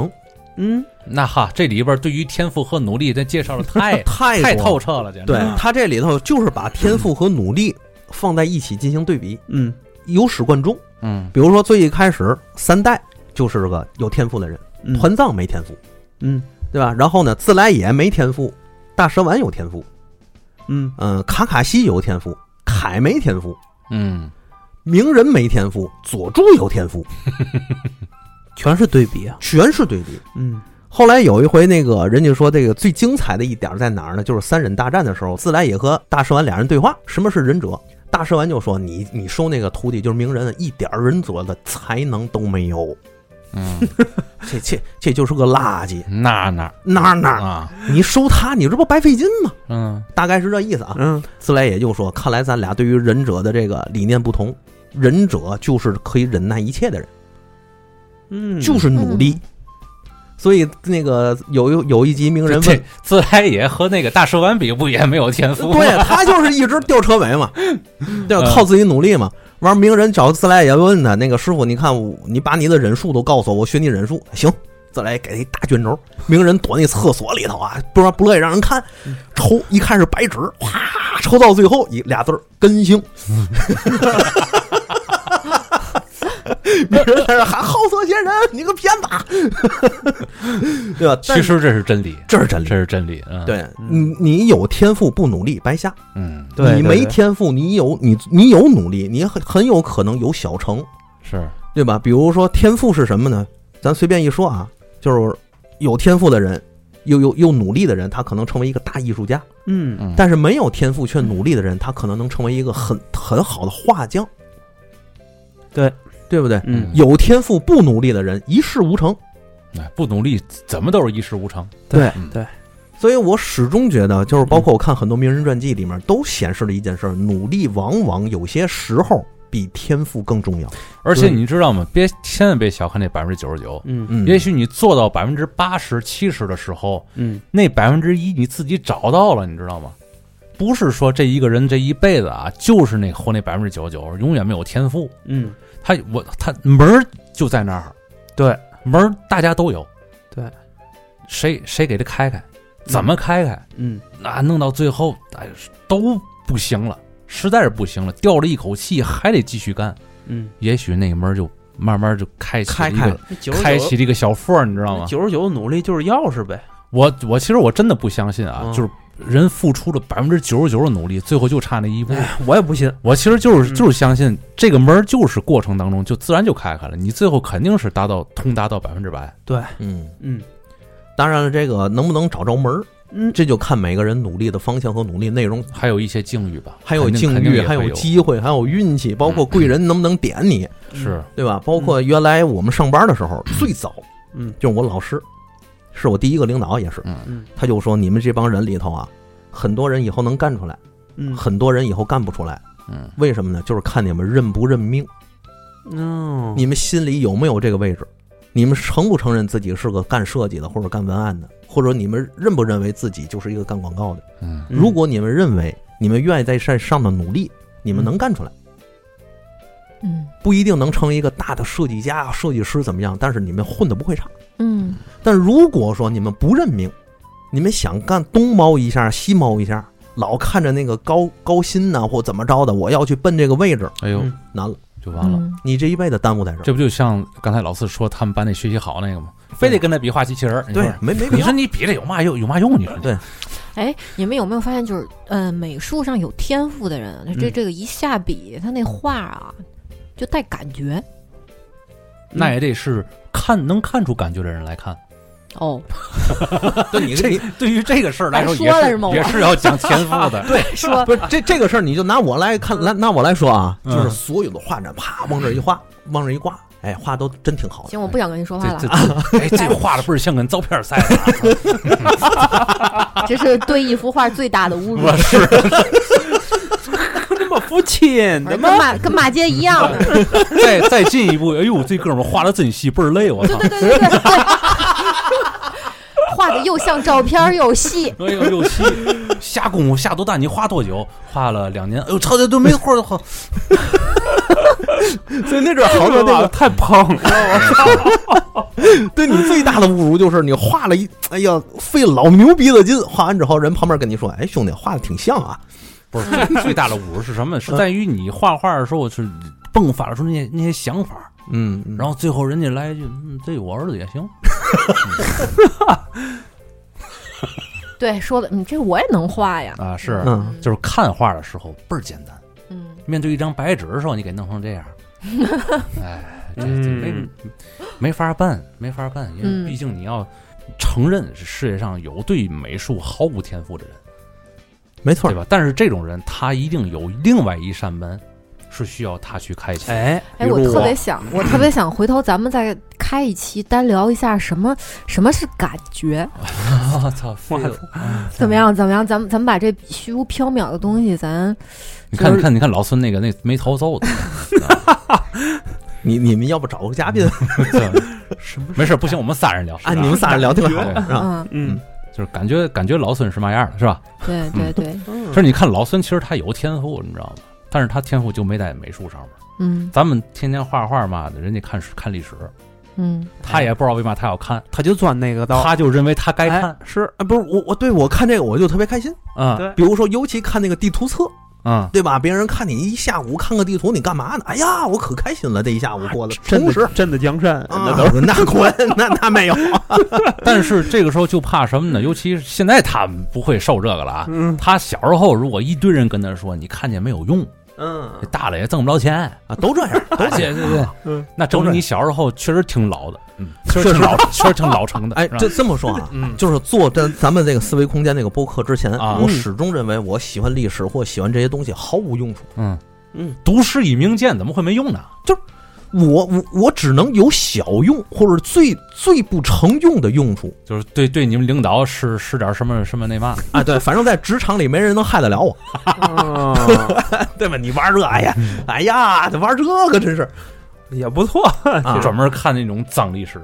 Speaker 3: 嗯，
Speaker 1: 那哈，这里边对于天赋和努力，这介绍的 太
Speaker 4: 啊太
Speaker 1: 哎太
Speaker 4: 多
Speaker 1: 透
Speaker 4: 了。
Speaker 1: 彻了，简直。啊
Speaker 4: 对，他这里头就是把天赋和努力放在一起进行对比，
Speaker 3: 嗯，
Speaker 4: 由始贯终。
Speaker 1: 嗯，
Speaker 4: 比如说最一开始三代就是个有天赋的人，
Speaker 3: 嗯
Speaker 4: 团藏没天赋，
Speaker 3: 嗯
Speaker 4: 对吧？然后呢，自来也没天赋，大蛇丸有天赋，
Speaker 3: 嗯
Speaker 4: 嗯，卡卡西有天赋，凯没天赋，
Speaker 1: 嗯，
Speaker 4: 鸣人没天赋，佐助有天赋，
Speaker 3: 全是对比啊，
Speaker 4: 全是对比。
Speaker 3: 嗯
Speaker 4: 后来有一回，那个人家说这个最精彩的一点在哪儿呢？就是三忍大战的时候，自来也和大蛇丸俩人对话，什么是忍者？大蛇丸就说：“ 你你收那个徒弟就是鸣人，一点儿忍者的才能都没有，
Speaker 1: 嗯，
Speaker 4: 这这这就是个垃圾，
Speaker 1: 那哪
Speaker 4: 哪儿哪儿
Speaker 1: 啊？
Speaker 4: 你收他，你这不白费劲吗？
Speaker 1: 嗯
Speaker 4: 大概是这意思啊。
Speaker 3: 嗯
Speaker 4: 自来也就说，看来咱俩对于忍者的这个理念不同，忍者就是可以忍耐一切的人，
Speaker 3: 嗯，
Speaker 4: 就是努力。所以那个有有有一集鸣人
Speaker 1: 这
Speaker 4: 问
Speaker 1: 这，自来也和那个大蛇丸比， 不也没有天赋吗？
Speaker 4: 对啊他就是一直吊车尾嘛，对
Speaker 1: 嗯
Speaker 4: 吧，靠自己努力嘛。完，鸣人找自来也问他，那个师傅，你看我你把你的忍术都告诉我，我学你忍术，行。自来也给他一大卷轴，鸣人躲那厕所里头啊，不让不乐意让人看，抽一看是白纸，哗，抽到最后一俩字儿根性。 鸣人在这喊好色仙人，你个骗子， 对吧？但
Speaker 1: 其实这是真理，
Speaker 4: 这是真理
Speaker 1: 这，是真理。嗯，，
Speaker 4: 对你你有天赋不努力白瞎。
Speaker 1: 嗯，
Speaker 3: 对
Speaker 4: 你
Speaker 3: 对
Speaker 4: 没
Speaker 3: 对
Speaker 4: 天赋，你有你你有努力，你很很有可能有小成，
Speaker 1: 是，
Speaker 4: 对吧？比如说天赋是什么呢？咱随便一说啊，就是有天赋的人，又又又努力的人，他可能成为一个大艺术家；
Speaker 3: 嗯
Speaker 1: 嗯，
Speaker 4: 但是没有天赋却努力的人，他可能能成为一个很很好的画匠。
Speaker 3: 对，
Speaker 4: 对不对？
Speaker 3: 嗯
Speaker 4: 有天赋不努力的人一事无成。
Speaker 1: 哎，不努力怎么都是一事无成。
Speaker 3: 对
Speaker 1: 嗯
Speaker 3: 对，
Speaker 4: 所以我始终觉得，就是包括我看很多名人传记里面都显示了一件事儿：努力往往有些时候比天赋更重要。
Speaker 1: 而且你知道吗？别千万别小看这百分之九十九，
Speaker 3: 嗯
Speaker 4: 嗯，
Speaker 1: 也许你做到百分之八十、七十的时候，
Speaker 3: 嗯
Speaker 1: 那百分之一你自己找到了，你知道吗？不是说这一个人这一辈子啊，就是那活那百分之九十九，永远没有天赋。
Speaker 3: 嗯，
Speaker 1: 他我他门儿就在那儿，
Speaker 3: 对，
Speaker 1: 门儿大家都有，
Speaker 3: 对，
Speaker 1: 谁谁给他开开，怎么开开？
Speaker 3: 嗯
Speaker 1: 那、弄到最后，哎，都不行了，实在是不行了，吊了一口气，还得继续干。
Speaker 3: 嗯，
Speaker 1: 也许那门儿就慢慢就开启了一个
Speaker 3: 九
Speaker 1: 开启了一个小缝儿，你知道吗？
Speaker 3: 九十九努力就是钥匙呗。
Speaker 1: 我我其实我真的不相信啊，
Speaker 3: 嗯
Speaker 1: 就是人付出了百分之九十九的努力，最后就差那一步。
Speaker 3: 哎，我也不信。
Speaker 1: 我其实就是
Speaker 3: 嗯
Speaker 1: 就是相信这个门儿就是过程当中就自然就开开了，你最后肯定是达到通达到百分之百。
Speaker 4: 嗯，
Speaker 3: 嗯
Speaker 4: 当然了，这个能不能找着门儿，
Speaker 3: 嗯，
Speaker 4: 这就看每个人努力的方向和努力内容，
Speaker 1: 还有一些境遇吧，
Speaker 4: 还有
Speaker 1: 肯定
Speaker 4: 境
Speaker 1: 肯定
Speaker 4: 遇，
Speaker 1: 也会
Speaker 4: 还
Speaker 1: 有
Speaker 4: 有机会，还有运气，包括
Speaker 1: 嗯
Speaker 4: 贵人能不能点你，
Speaker 3: 嗯
Speaker 1: 是，
Speaker 4: 对吧？包括原来我们上班的时候，最早
Speaker 3: 嗯
Speaker 4: 就是我老师，是我第一个领导，也是
Speaker 3: 嗯
Speaker 4: 他就说你们这帮人里头啊，很多人以后能干出来，
Speaker 3: 嗯
Speaker 4: 很多人以后干不出来，
Speaker 1: 嗯，
Speaker 4: 为什么呢？就是看你们认不认命，
Speaker 3: 嗯，
Speaker 4: 你们心里有没有这个位置，你们承不承认自己是个干设计的或者干文案的，或者你们认不认为自己就是一个干广告的？
Speaker 1: 嗯，
Speaker 4: 如果你们认为你们愿意在这上面努力，你们能干出来。
Speaker 2: 嗯
Speaker 4: 不一定能成为一个大的设计家、设计师怎么样，但是你们混的不会差。
Speaker 2: 嗯
Speaker 4: 但如果说你们不认命，你们想干东猫一下西猫一下，老看着那个高高薪呐、或怎么着的，我要去奔这个位置，
Speaker 1: 哎呦，
Speaker 3: 嗯
Speaker 4: 难了，
Speaker 1: 就完了。
Speaker 2: 嗯
Speaker 4: 你这一辈子耽误在这儿。
Speaker 1: 这不就像刚才老四说他们班那学习好那个吗？非得跟他比画机器人儿，你说
Speaker 4: 对，没没必
Speaker 1: 你
Speaker 4: 要
Speaker 1: 说。你比这有嘛用？有嘛用？你说
Speaker 4: 对
Speaker 2: 哎，你们有没有发现，就是呃，美术上有天赋的人，这
Speaker 3: 嗯
Speaker 2: 这个一下笔，他那画啊，就带感觉
Speaker 1: 那也得是看能看出感觉的人来看。
Speaker 2: 哦。
Speaker 4: 对你
Speaker 1: 这
Speaker 4: 你
Speaker 1: 对于这个事儿来说，
Speaker 2: 白
Speaker 1: 也
Speaker 2: 哎说了
Speaker 1: 是
Speaker 2: 是吗我
Speaker 1: 也是要讲天赋 的。对，
Speaker 2: 说
Speaker 4: 不是这这个事儿，你就拿我来看，来拿我来说啊，
Speaker 1: 嗯
Speaker 4: 就是所有的画展，啪往这一画，往这一挂，哎，画都真挺好的。
Speaker 2: 行，我不想跟你说话
Speaker 1: 这
Speaker 2: 了，
Speaker 1: 这哎，这画的倍儿像跟照片儿似的。
Speaker 2: 这是对一幅画最大的侮辱，
Speaker 1: 我是
Speaker 3: 这么肤浅
Speaker 2: 跟骂跟骂街一 样的。
Speaker 1: 再再进一步，哎呦，这哥们儿画的真细，倍儿累，我
Speaker 2: 对
Speaker 1: 操！
Speaker 2: 对对对对。画的又像照片儿又细，
Speaker 1: 哎呦，又细，下功夫下多大？你画多久？画了两年。哎呦，操，这都没活儿画。
Speaker 4: 所以那阵儿好 多那个
Speaker 3: 太胖了。
Speaker 4: 对你最大的侮辱就是你画了一，哎呀，费老牛逼的劲，画完之后人旁边跟你说，哎，兄弟，画的挺像啊，
Speaker 1: 不是最大的侮辱是什么？是在于你画画的时候是迸发出那些那些想法儿，
Speaker 4: 嗯，然
Speaker 1: 然
Speaker 4: 后
Speaker 1: 后最后人家来一句：“嗯，这我儿子也行。
Speaker 2: 对，说的，嗯，这我也能画呀”。
Speaker 1: 啊，是，
Speaker 4: 嗯，
Speaker 1: 就是看画的时候倍儿简单，
Speaker 2: 嗯，
Speaker 1: 面对一张白纸的时候，你给弄成 这样，哎，这这没
Speaker 3: 嗯
Speaker 1: 没法办，没法办，因
Speaker 2: 嗯
Speaker 1: 为毕竟你要承认是世界上有对美术毫无天赋的人，
Speaker 4: 没错
Speaker 1: 对，吧？但是这种人他一定有另外一扇门是需要他去开启。
Speaker 3: 哎，
Speaker 2: 哎，
Speaker 4: 比
Speaker 2: 我
Speaker 4: 如
Speaker 2: 特
Speaker 4: 我
Speaker 2: 别想，我特别想回头咱们再开一期单聊一下什么什么是感觉，
Speaker 1: 我 操，
Speaker 3: 我
Speaker 1: 废
Speaker 3: 操
Speaker 1: 了
Speaker 2: 怎么样？怎么样？咱们咱们把这虚无缥缈的东西，咱
Speaker 1: 你看，
Speaker 2: 就是
Speaker 1: 你看，你看老孙那个那没头 皱的，
Speaker 4: 你你们要不找个嘉宾
Speaker 3: 什么
Speaker 1: 没事，不行，我们仨人聊
Speaker 4: 啊？你们仨人聊挺好的，是吧？
Speaker 2: 嗯，
Speaker 3: 嗯
Speaker 1: 就是感觉感觉老孙是嘛样的，是吧？
Speaker 2: 对对对，
Speaker 1: 就
Speaker 3: 嗯
Speaker 1: 是你看老孙，其实他有天赋，你知道吗？但是他天赋就没在美术上面。
Speaker 2: 嗯
Speaker 1: 咱们天天画画嘛的，人家看史看历史，
Speaker 2: 嗯，
Speaker 1: 他也不知道为嘛他要看，
Speaker 3: 他就钻那个道，
Speaker 1: 他就认为他该看
Speaker 3: 哎。是
Speaker 4: 啊，不是我我对我看这个我就特别开心，
Speaker 1: 啊
Speaker 3: 对
Speaker 4: 比如说尤其看那个地图册，
Speaker 1: 啊，
Speaker 4: 对吧？别人看你一下午看个地图，你干嘛呢？哎呀，我可开心了，这一下午过得
Speaker 3: 真
Speaker 4: 充
Speaker 3: 的
Speaker 4: 实。
Speaker 3: 真的江山，
Speaker 4: 啊
Speaker 3: 那都是，
Speaker 4: 那滚，那那没有，
Speaker 1: 但是这个时候就怕什么呢？尤其是现在他们不会受这个了啊。
Speaker 3: 嗯
Speaker 1: 他小时候如果一堆人跟他说你看见没有用，
Speaker 4: 嗯
Speaker 1: 这大了也挣不着钱，
Speaker 4: 啊，都这样，啊都
Speaker 1: 而
Speaker 4: 这
Speaker 1: 且
Speaker 4: 样。
Speaker 1: 对对，
Speaker 3: 嗯
Speaker 1: 那证明你小时候确实挺老的，嗯，确实挺老，确实挺老成的。
Speaker 4: 哎，
Speaker 1: 是吧
Speaker 4: 这这么说 啊，
Speaker 3: 嗯，
Speaker 4: 就是做 咱咱们这个思维空间那个播客之前
Speaker 1: 啊
Speaker 3: 嗯
Speaker 4: 我始终认为我喜欢历史或喜欢这些东西毫无用处。
Speaker 1: 嗯
Speaker 3: 嗯，
Speaker 1: 读诗以明鉴怎么会没用呢？
Speaker 4: 我我我只能有小用或者最最不成用的用处
Speaker 1: 就是对对你们领导使使点什么什么 那嘛，
Speaker 4: 啊。对，反正在职场里没人能害得了我，对吧？ 你玩这，哎呀，哎呀，玩这个真是
Speaker 3: 也不错，
Speaker 4: 啊
Speaker 1: 专门看那种脏历史，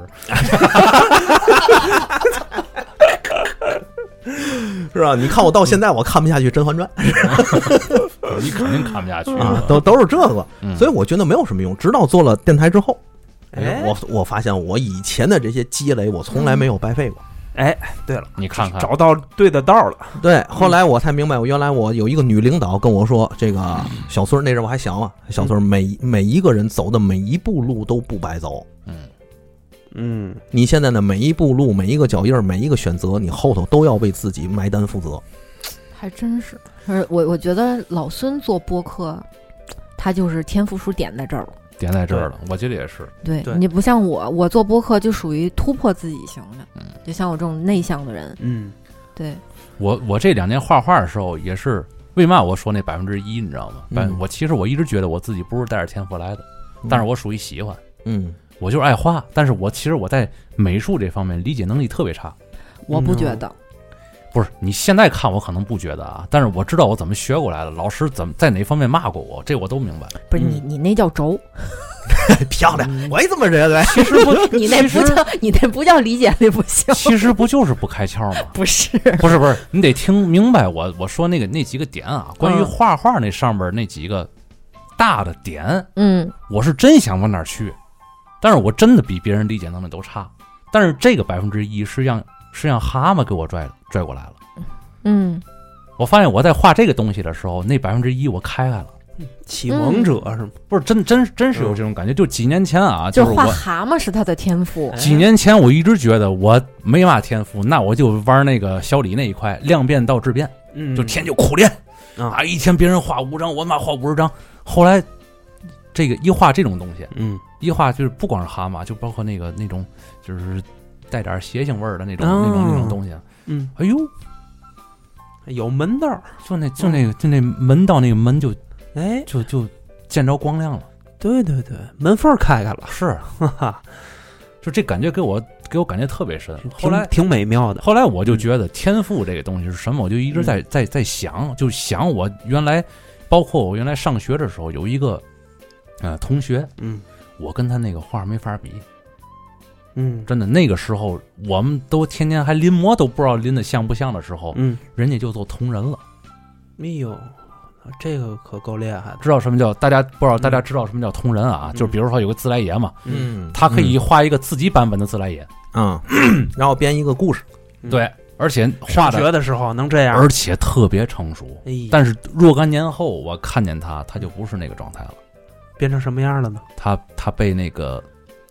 Speaker 4: 是吧？你看我到现在我看不下去《甄嬛传
Speaker 1: 你肯定看不下去》
Speaker 4: 啊，都都是这个，
Speaker 1: 嗯
Speaker 4: 所以我觉得没有什么用。直到做了电台之后，
Speaker 3: 哎
Speaker 4: 我我发现我以前的这些积累，我从来没有白费过。
Speaker 3: 哎，对了，
Speaker 1: 你看看，
Speaker 3: 找到对的道了，
Speaker 4: 对，后来我才明白，我原来我有一个女领导跟我说，这个小孙儿那阵儿我还小啊，小孙儿每每一个人走的每一步路都不白走，
Speaker 1: 嗯，
Speaker 3: 嗯，
Speaker 4: 你现在的每一步路、每一个脚印儿、每一个选择，你后头都要为自己埋单负责。
Speaker 2: 还真是。而我我觉得老孙做播客，他就是天赋数点在这儿了。
Speaker 1: 点在这儿了，我觉得也是，
Speaker 2: 对
Speaker 3: 对
Speaker 2: 你不像我，我做播客就属于突破自己型的，
Speaker 1: 嗯
Speaker 2: 就像我这种内向的人，
Speaker 3: 嗯，
Speaker 2: 对，
Speaker 1: 我我这两年画画的时候也是，为嘛我说那百分之一，你知道吗？
Speaker 4: 嗯
Speaker 1: 百、我其实我一直觉得我自己不是带着天赋来的，但是我属于喜欢，
Speaker 4: 嗯，
Speaker 1: 我就是爱画，但是我其实我在美术这方面理解能力特别差。
Speaker 2: 我不
Speaker 1: 嗯
Speaker 2: 觉得，
Speaker 1: 不是你现在看我可能不觉得啊，但是我知道我怎么学过来的，老师怎么在哪方面骂过我，这我都明白。
Speaker 2: 不是你你那叫 轴，
Speaker 4: 哎漂亮，我也这么觉得。
Speaker 1: 其实不，
Speaker 2: 你那
Speaker 1: 其
Speaker 2: 不
Speaker 1: 实
Speaker 2: 叫你那不叫理解力不行，
Speaker 1: 其实不就是不开窍吗？
Speaker 2: 不 是，
Speaker 1: 不是不是，你得听明白我我说那个那几个点啊，关于
Speaker 2: 嗯
Speaker 1: 画画那上边那几个大的点，
Speaker 2: 嗯，
Speaker 1: 我是真想往哪儿去，但是我真的比别人理解能力都差。但是这个百分之一是让是让蛤蟆给我拽拽过来了。
Speaker 2: 嗯，
Speaker 1: 我发现我在画这个东西的时候，那百分之一我开开了，
Speaker 3: 启蒙者是吗？
Speaker 1: 不是真真真是有这种感觉。就几年前啊，
Speaker 2: 就是画哎
Speaker 1: 我哎
Speaker 2: 蛤蟆是他的天赋，
Speaker 1: 几年前我一直觉得我没嘛天赋，那我就玩那个小李那一块，量变到质变，
Speaker 3: 嗯，
Speaker 1: 就天就苦练
Speaker 2: 嗯
Speaker 3: 啊
Speaker 1: 啊，一天别人画五张，我妈画五十张。后来这个一画这种东西，
Speaker 3: 嗯，
Speaker 1: 一画就是不光是蛤蟆，就包括那个那种就是带点邪性味儿的那种、
Speaker 3: 哦
Speaker 1: 那种那种东西。
Speaker 3: 嗯，
Speaker 1: 哎呦，
Speaker 3: 有门道儿，
Speaker 1: 就那就那个就那门到那个门就
Speaker 3: 哎，
Speaker 1: 就就见着光亮了。
Speaker 3: 对对对，门缝儿开开了，
Speaker 1: 是，
Speaker 3: 哈哈，
Speaker 1: 就这感觉给我给我感觉特别深。 后
Speaker 3: 挺
Speaker 1: 来
Speaker 3: 挺美妙的，
Speaker 1: 后来我就觉得天赋这个东西是什么，我就一直在
Speaker 3: 嗯
Speaker 1: 在在想，就想我原来，包括我原来上学的时候有一个，呃，同学，
Speaker 3: 嗯
Speaker 1: 我跟他那个画没法比，
Speaker 3: 嗯
Speaker 1: 真的。那个时候我们都天天还临摹都不知道临的像不像的时候，
Speaker 3: 嗯，
Speaker 1: 人家就做同人了，
Speaker 3: 哎呦，这个可够厉害的，
Speaker 1: 知道什么叫大家不知道大家知道什么叫同人啊？
Speaker 3: 嗯
Speaker 1: 就比如说有个自来也嘛，
Speaker 4: 嗯，
Speaker 1: 他可以画一个自己版本的自来也，
Speaker 4: 啊，然后编一个故事。
Speaker 3: 嗯
Speaker 1: 对，而且画
Speaker 3: 上
Speaker 1: 的
Speaker 3: 学的时候能这样，
Speaker 1: 而且特别成熟。
Speaker 3: 哎呀，
Speaker 1: 但是若干年后，我看见他，他就不是那个状态了。
Speaker 3: 变成什么样了呢？
Speaker 1: 他他被那个，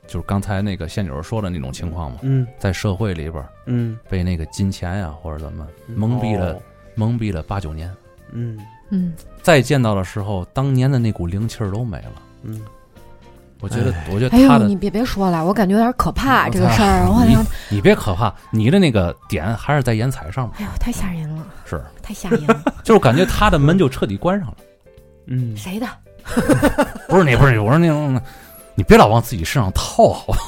Speaker 1: 就是刚才那个线九说的那种情况嘛，
Speaker 3: 嗯
Speaker 1: 在社会里边儿
Speaker 3: 嗯，
Speaker 1: 被那个金钱呀、或者怎么蒙蔽了，
Speaker 3: 哦，
Speaker 1: 蒙蔽了八九年，
Speaker 3: 嗯
Speaker 2: 嗯，
Speaker 1: 再见到的时候，当年的那股灵气儿都没了。
Speaker 3: 嗯，
Speaker 1: 我觉得，我觉
Speaker 2: 哎
Speaker 1: 得他
Speaker 2: 呦，
Speaker 1: 的嗯
Speaker 2: 你别别说了，我感觉有点可怕
Speaker 1: 我
Speaker 2: 这个
Speaker 1: 操
Speaker 2: 事儿，我好像，
Speaker 1: 你别可怕，你的那个点还是在颜彩上面，
Speaker 2: 哎呦，太吓人了，
Speaker 1: 是，
Speaker 2: 太吓人 了，
Speaker 1: 就是感觉他的门就彻底关上了。
Speaker 3: 嗯，
Speaker 2: 谁的？
Speaker 1: 不是你，不是你，我说那种，你别老往自己身上套，好吧？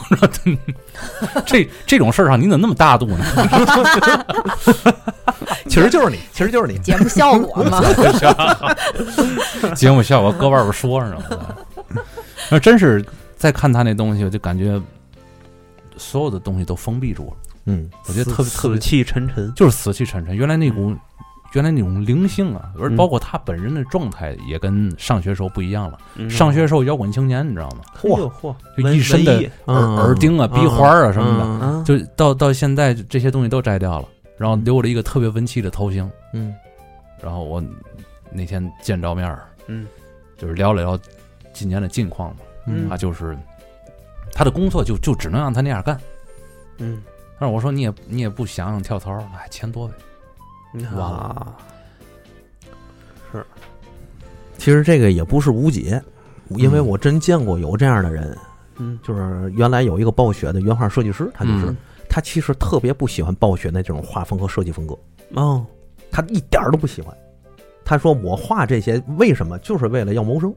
Speaker 1: 这这种事儿上，你怎么那么大度呢？
Speaker 4: 其实就是你，其实就是你。
Speaker 2: 节目效 果嘛，
Speaker 1: 节目效果搁外边说上了。那真是再看他那东西，我就感觉所有的东西都封闭住了，
Speaker 4: 嗯，
Speaker 1: 我觉得特别
Speaker 3: 死
Speaker 1: 特别
Speaker 3: 死气沉沉，
Speaker 1: 就是死气沉沉。原来那股原来那种灵性啊，而
Speaker 3: 嗯
Speaker 1: 包括他本人的状态也跟上学时候不一样了。
Speaker 3: 嗯
Speaker 1: 上学时候摇滚青年，你知道吗？
Speaker 3: 嚯嚯，
Speaker 1: 就一身的
Speaker 3: 文艺
Speaker 1: 耳
Speaker 4: 嗯
Speaker 1: 耳钉啊、
Speaker 4: 嗯
Speaker 1: 鼻环啊什么的，
Speaker 4: 的。
Speaker 3: 啊，
Speaker 1: 就到到现在这些东西都摘掉了，然后留了一个特别文气的头型。
Speaker 4: 嗯，
Speaker 1: 然后我那天见着面儿，
Speaker 3: 嗯，
Speaker 1: 就是聊了聊今年的近况嘛。
Speaker 3: 嗯
Speaker 1: 他啊就是他的工作就就只能让他那样干。
Speaker 3: 嗯，
Speaker 1: 但是我说你也你也不想想跳槽，哎，钱多呗。哦
Speaker 3: 哇，
Speaker 4: 其实这个也不是无解，因为我真见过有这样的人，
Speaker 3: 嗯，
Speaker 4: 就是原来有一个暴雪的原画设计师，他就是、
Speaker 1: 嗯
Speaker 4: 他其实特别不喜欢暴雪的这种画风和设计风格，
Speaker 3: 哦，
Speaker 4: 他一点儿都不喜欢。他说我画这些为什么？就是为了要谋生。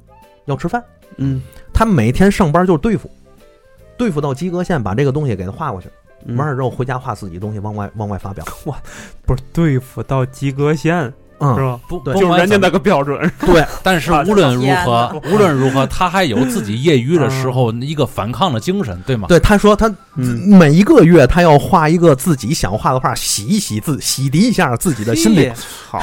Speaker 4: 要吃饭。
Speaker 3: 嗯
Speaker 4: 他每天上班就是对付，对付到及格线，把这个东西给他画过去，
Speaker 3: 嗯
Speaker 4: 完事儿之后回家画自己东西，往外往外发表。
Speaker 3: 不是对付到及格线是
Speaker 4: 嗯，
Speaker 3: 吧？
Speaker 1: 不，
Speaker 4: 对
Speaker 1: 不
Speaker 3: 就是
Speaker 1: 管
Speaker 3: 人家
Speaker 1: 怎么
Speaker 3: 那个标准，
Speaker 4: 对，
Speaker 1: 但是
Speaker 3: 啊
Speaker 1: 无论如
Speaker 5: 天
Speaker 1: 何
Speaker 5: 哪，
Speaker 1: 无论如何，他还有自己业余的时候一个反抗的精神，对吗？
Speaker 4: 对，他说他
Speaker 1: 嗯
Speaker 4: 每一个月他要画一个自己想画的画，洗一洗自洗涤一下自己的心理。
Speaker 3: 好，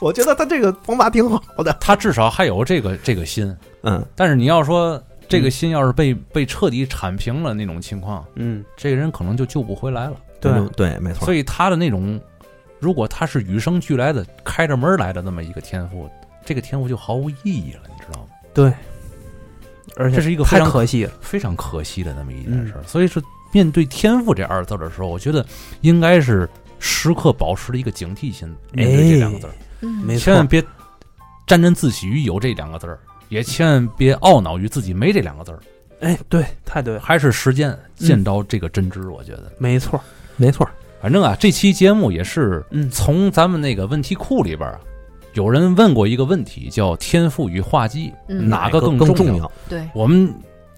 Speaker 4: 我觉得他这个方法挺好的。
Speaker 1: 他至少还有这个这个心。
Speaker 4: 嗯，
Speaker 1: 但是你要说这个心要是被被彻底铲平了那种情况，
Speaker 3: 嗯，
Speaker 1: 这个人可能就救不回来了。
Speaker 3: 对
Speaker 4: 就对，没错。
Speaker 1: 所以他的那种，如果他是与生俱来的、开着门来的那么一个天赋，这个天赋就毫无意义了，你知道吗？
Speaker 3: 而且
Speaker 1: 这是一个非
Speaker 3: 太
Speaker 1: 常
Speaker 3: 可惜了，
Speaker 1: 非常可惜的那么一件
Speaker 3: 嗯
Speaker 1: 事儿。所以说，面对“天赋”这二字的时候，我觉得应该是时刻保持一个警惕心，面对这两个字儿。
Speaker 3: 哎
Speaker 2: 嗯
Speaker 3: 没错
Speaker 1: 千万别沾沾自喜于有这两个字儿，也千万别懊恼于自己没这两个字儿。
Speaker 3: 哎，对，太对了，
Speaker 1: 还是实践
Speaker 3: 嗯
Speaker 1: 见到这个真知，我觉得。
Speaker 3: 没错，
Speaker 4: 没错，
Speaker 1: 反正啊，这期节目也是
Speaker 3: 嗯
Speaker 1: 从咱们那个问题库里边儿啊，有人问过一个问题，叫“天赋与画技
Speaker 2: 嗯
Speaker 1: 哪个
Speaker 4: 更
Speaker 1: 重
Speaker 4: 重
Speaker 1: 要
Speaker 4: 要？
Speaker 2: 对，”。
Speaker 1: 我们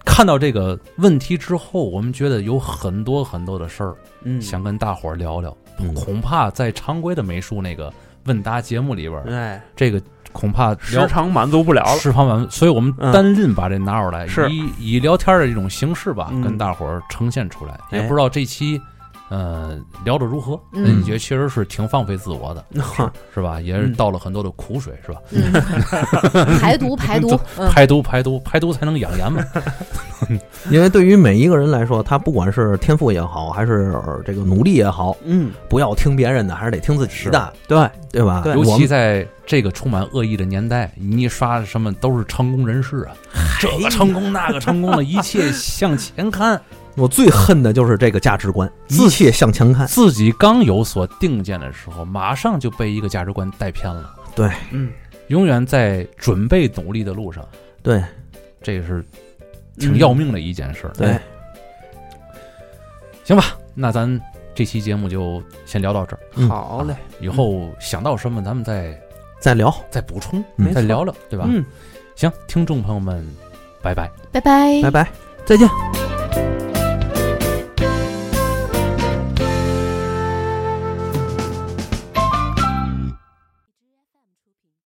Speaker 1: 看到这个问题之后，我们觉得有很多很多的事儿
Speaker 3: 嗯，
Speaker 1: 想跟大伙儿聊聊，
Speaker 4: 嗯
Speaker 1: 恐怕在常规的美术那个问答节目里边儿，
Speaker 3: 哎，
Speaker 1: 这个恐怕聊
Speaker 3: 时长满足不了了，
Speaker 1: 释放完，所以我们
Speaker 3: 嗯
Speaker 1: 单论把这拿出来，
Speaker 3: 是
Speaker 1: 以以聊天的这种形式吧，
Speaker 3: 嗯
Speaker 1: 跟大伙儿呈现出来。
Speaker 3: 哎
Speaker 1: 也不知道这期，呃，聊的如何？
Speaker 2: 嗯
Speaker 1: 也确实是挺放飞自我的，是吧？也是
Speaker 3: 嗯
Speaker 1: 倒了很多的苦水，是吧？
Speaker 2: 嗯，排毒 排毒，嗯，
Speaker 1: 排毒，排毒，排毒才能养颜嘛。
Speaker 4: 因为对于每一个人来说，他不管是天赋也好，还是呃这个努力也好，
Speaker 3: 嗯，
Speaker 4: 不要听别人的，还是得听自己的，
Speaker 3: 对，
Speaker 4: 对吧？
Speaker 3: 对
Speaker 1: 尤
Speaker 4: 我
Speaker 1: 其
Speaker 4: 们
Speaker 1: 在这个充满恶意的年代，你刷什么都是成功人士啊，这个成功那个成功的，一切向前 看。
Speaker 4: 我最恨的就是这个价值观，
Speaker 1: 一
Speaker 4: 一切向前看。
Speaker 1: 自己刚有所定见的时候，马上就被一个价值观带偏了。
Speaker 4: 对，
Speaker 3: 嗯，
Speaker 1: 永远在准备努力的路上，
Speaker 4: 对，嗯
Speaker 1: 这是挺要命的一件事儿。哎
Speaker 4: 对，
Speaker 1: 行吧，那咱这期节目就先聊到这儿，
Speaker 4: 嗯
Speaker 3: 好嘞，
Speaker 1: 以后想到什么咱们再
Speaker 4: 再聊，
Speaker 1: 再补充，
Speaker 4: 嗯
Speaker 1: 再聊聊，对吧？
Speaker 3: 嗯。
Speaker 1: 行，听众朋友们，拜拜。
Speaker 2: 拜拜
Speaker 4: 拜拜。
Speaker 3: 再见。
Speaker 4: 拜拜。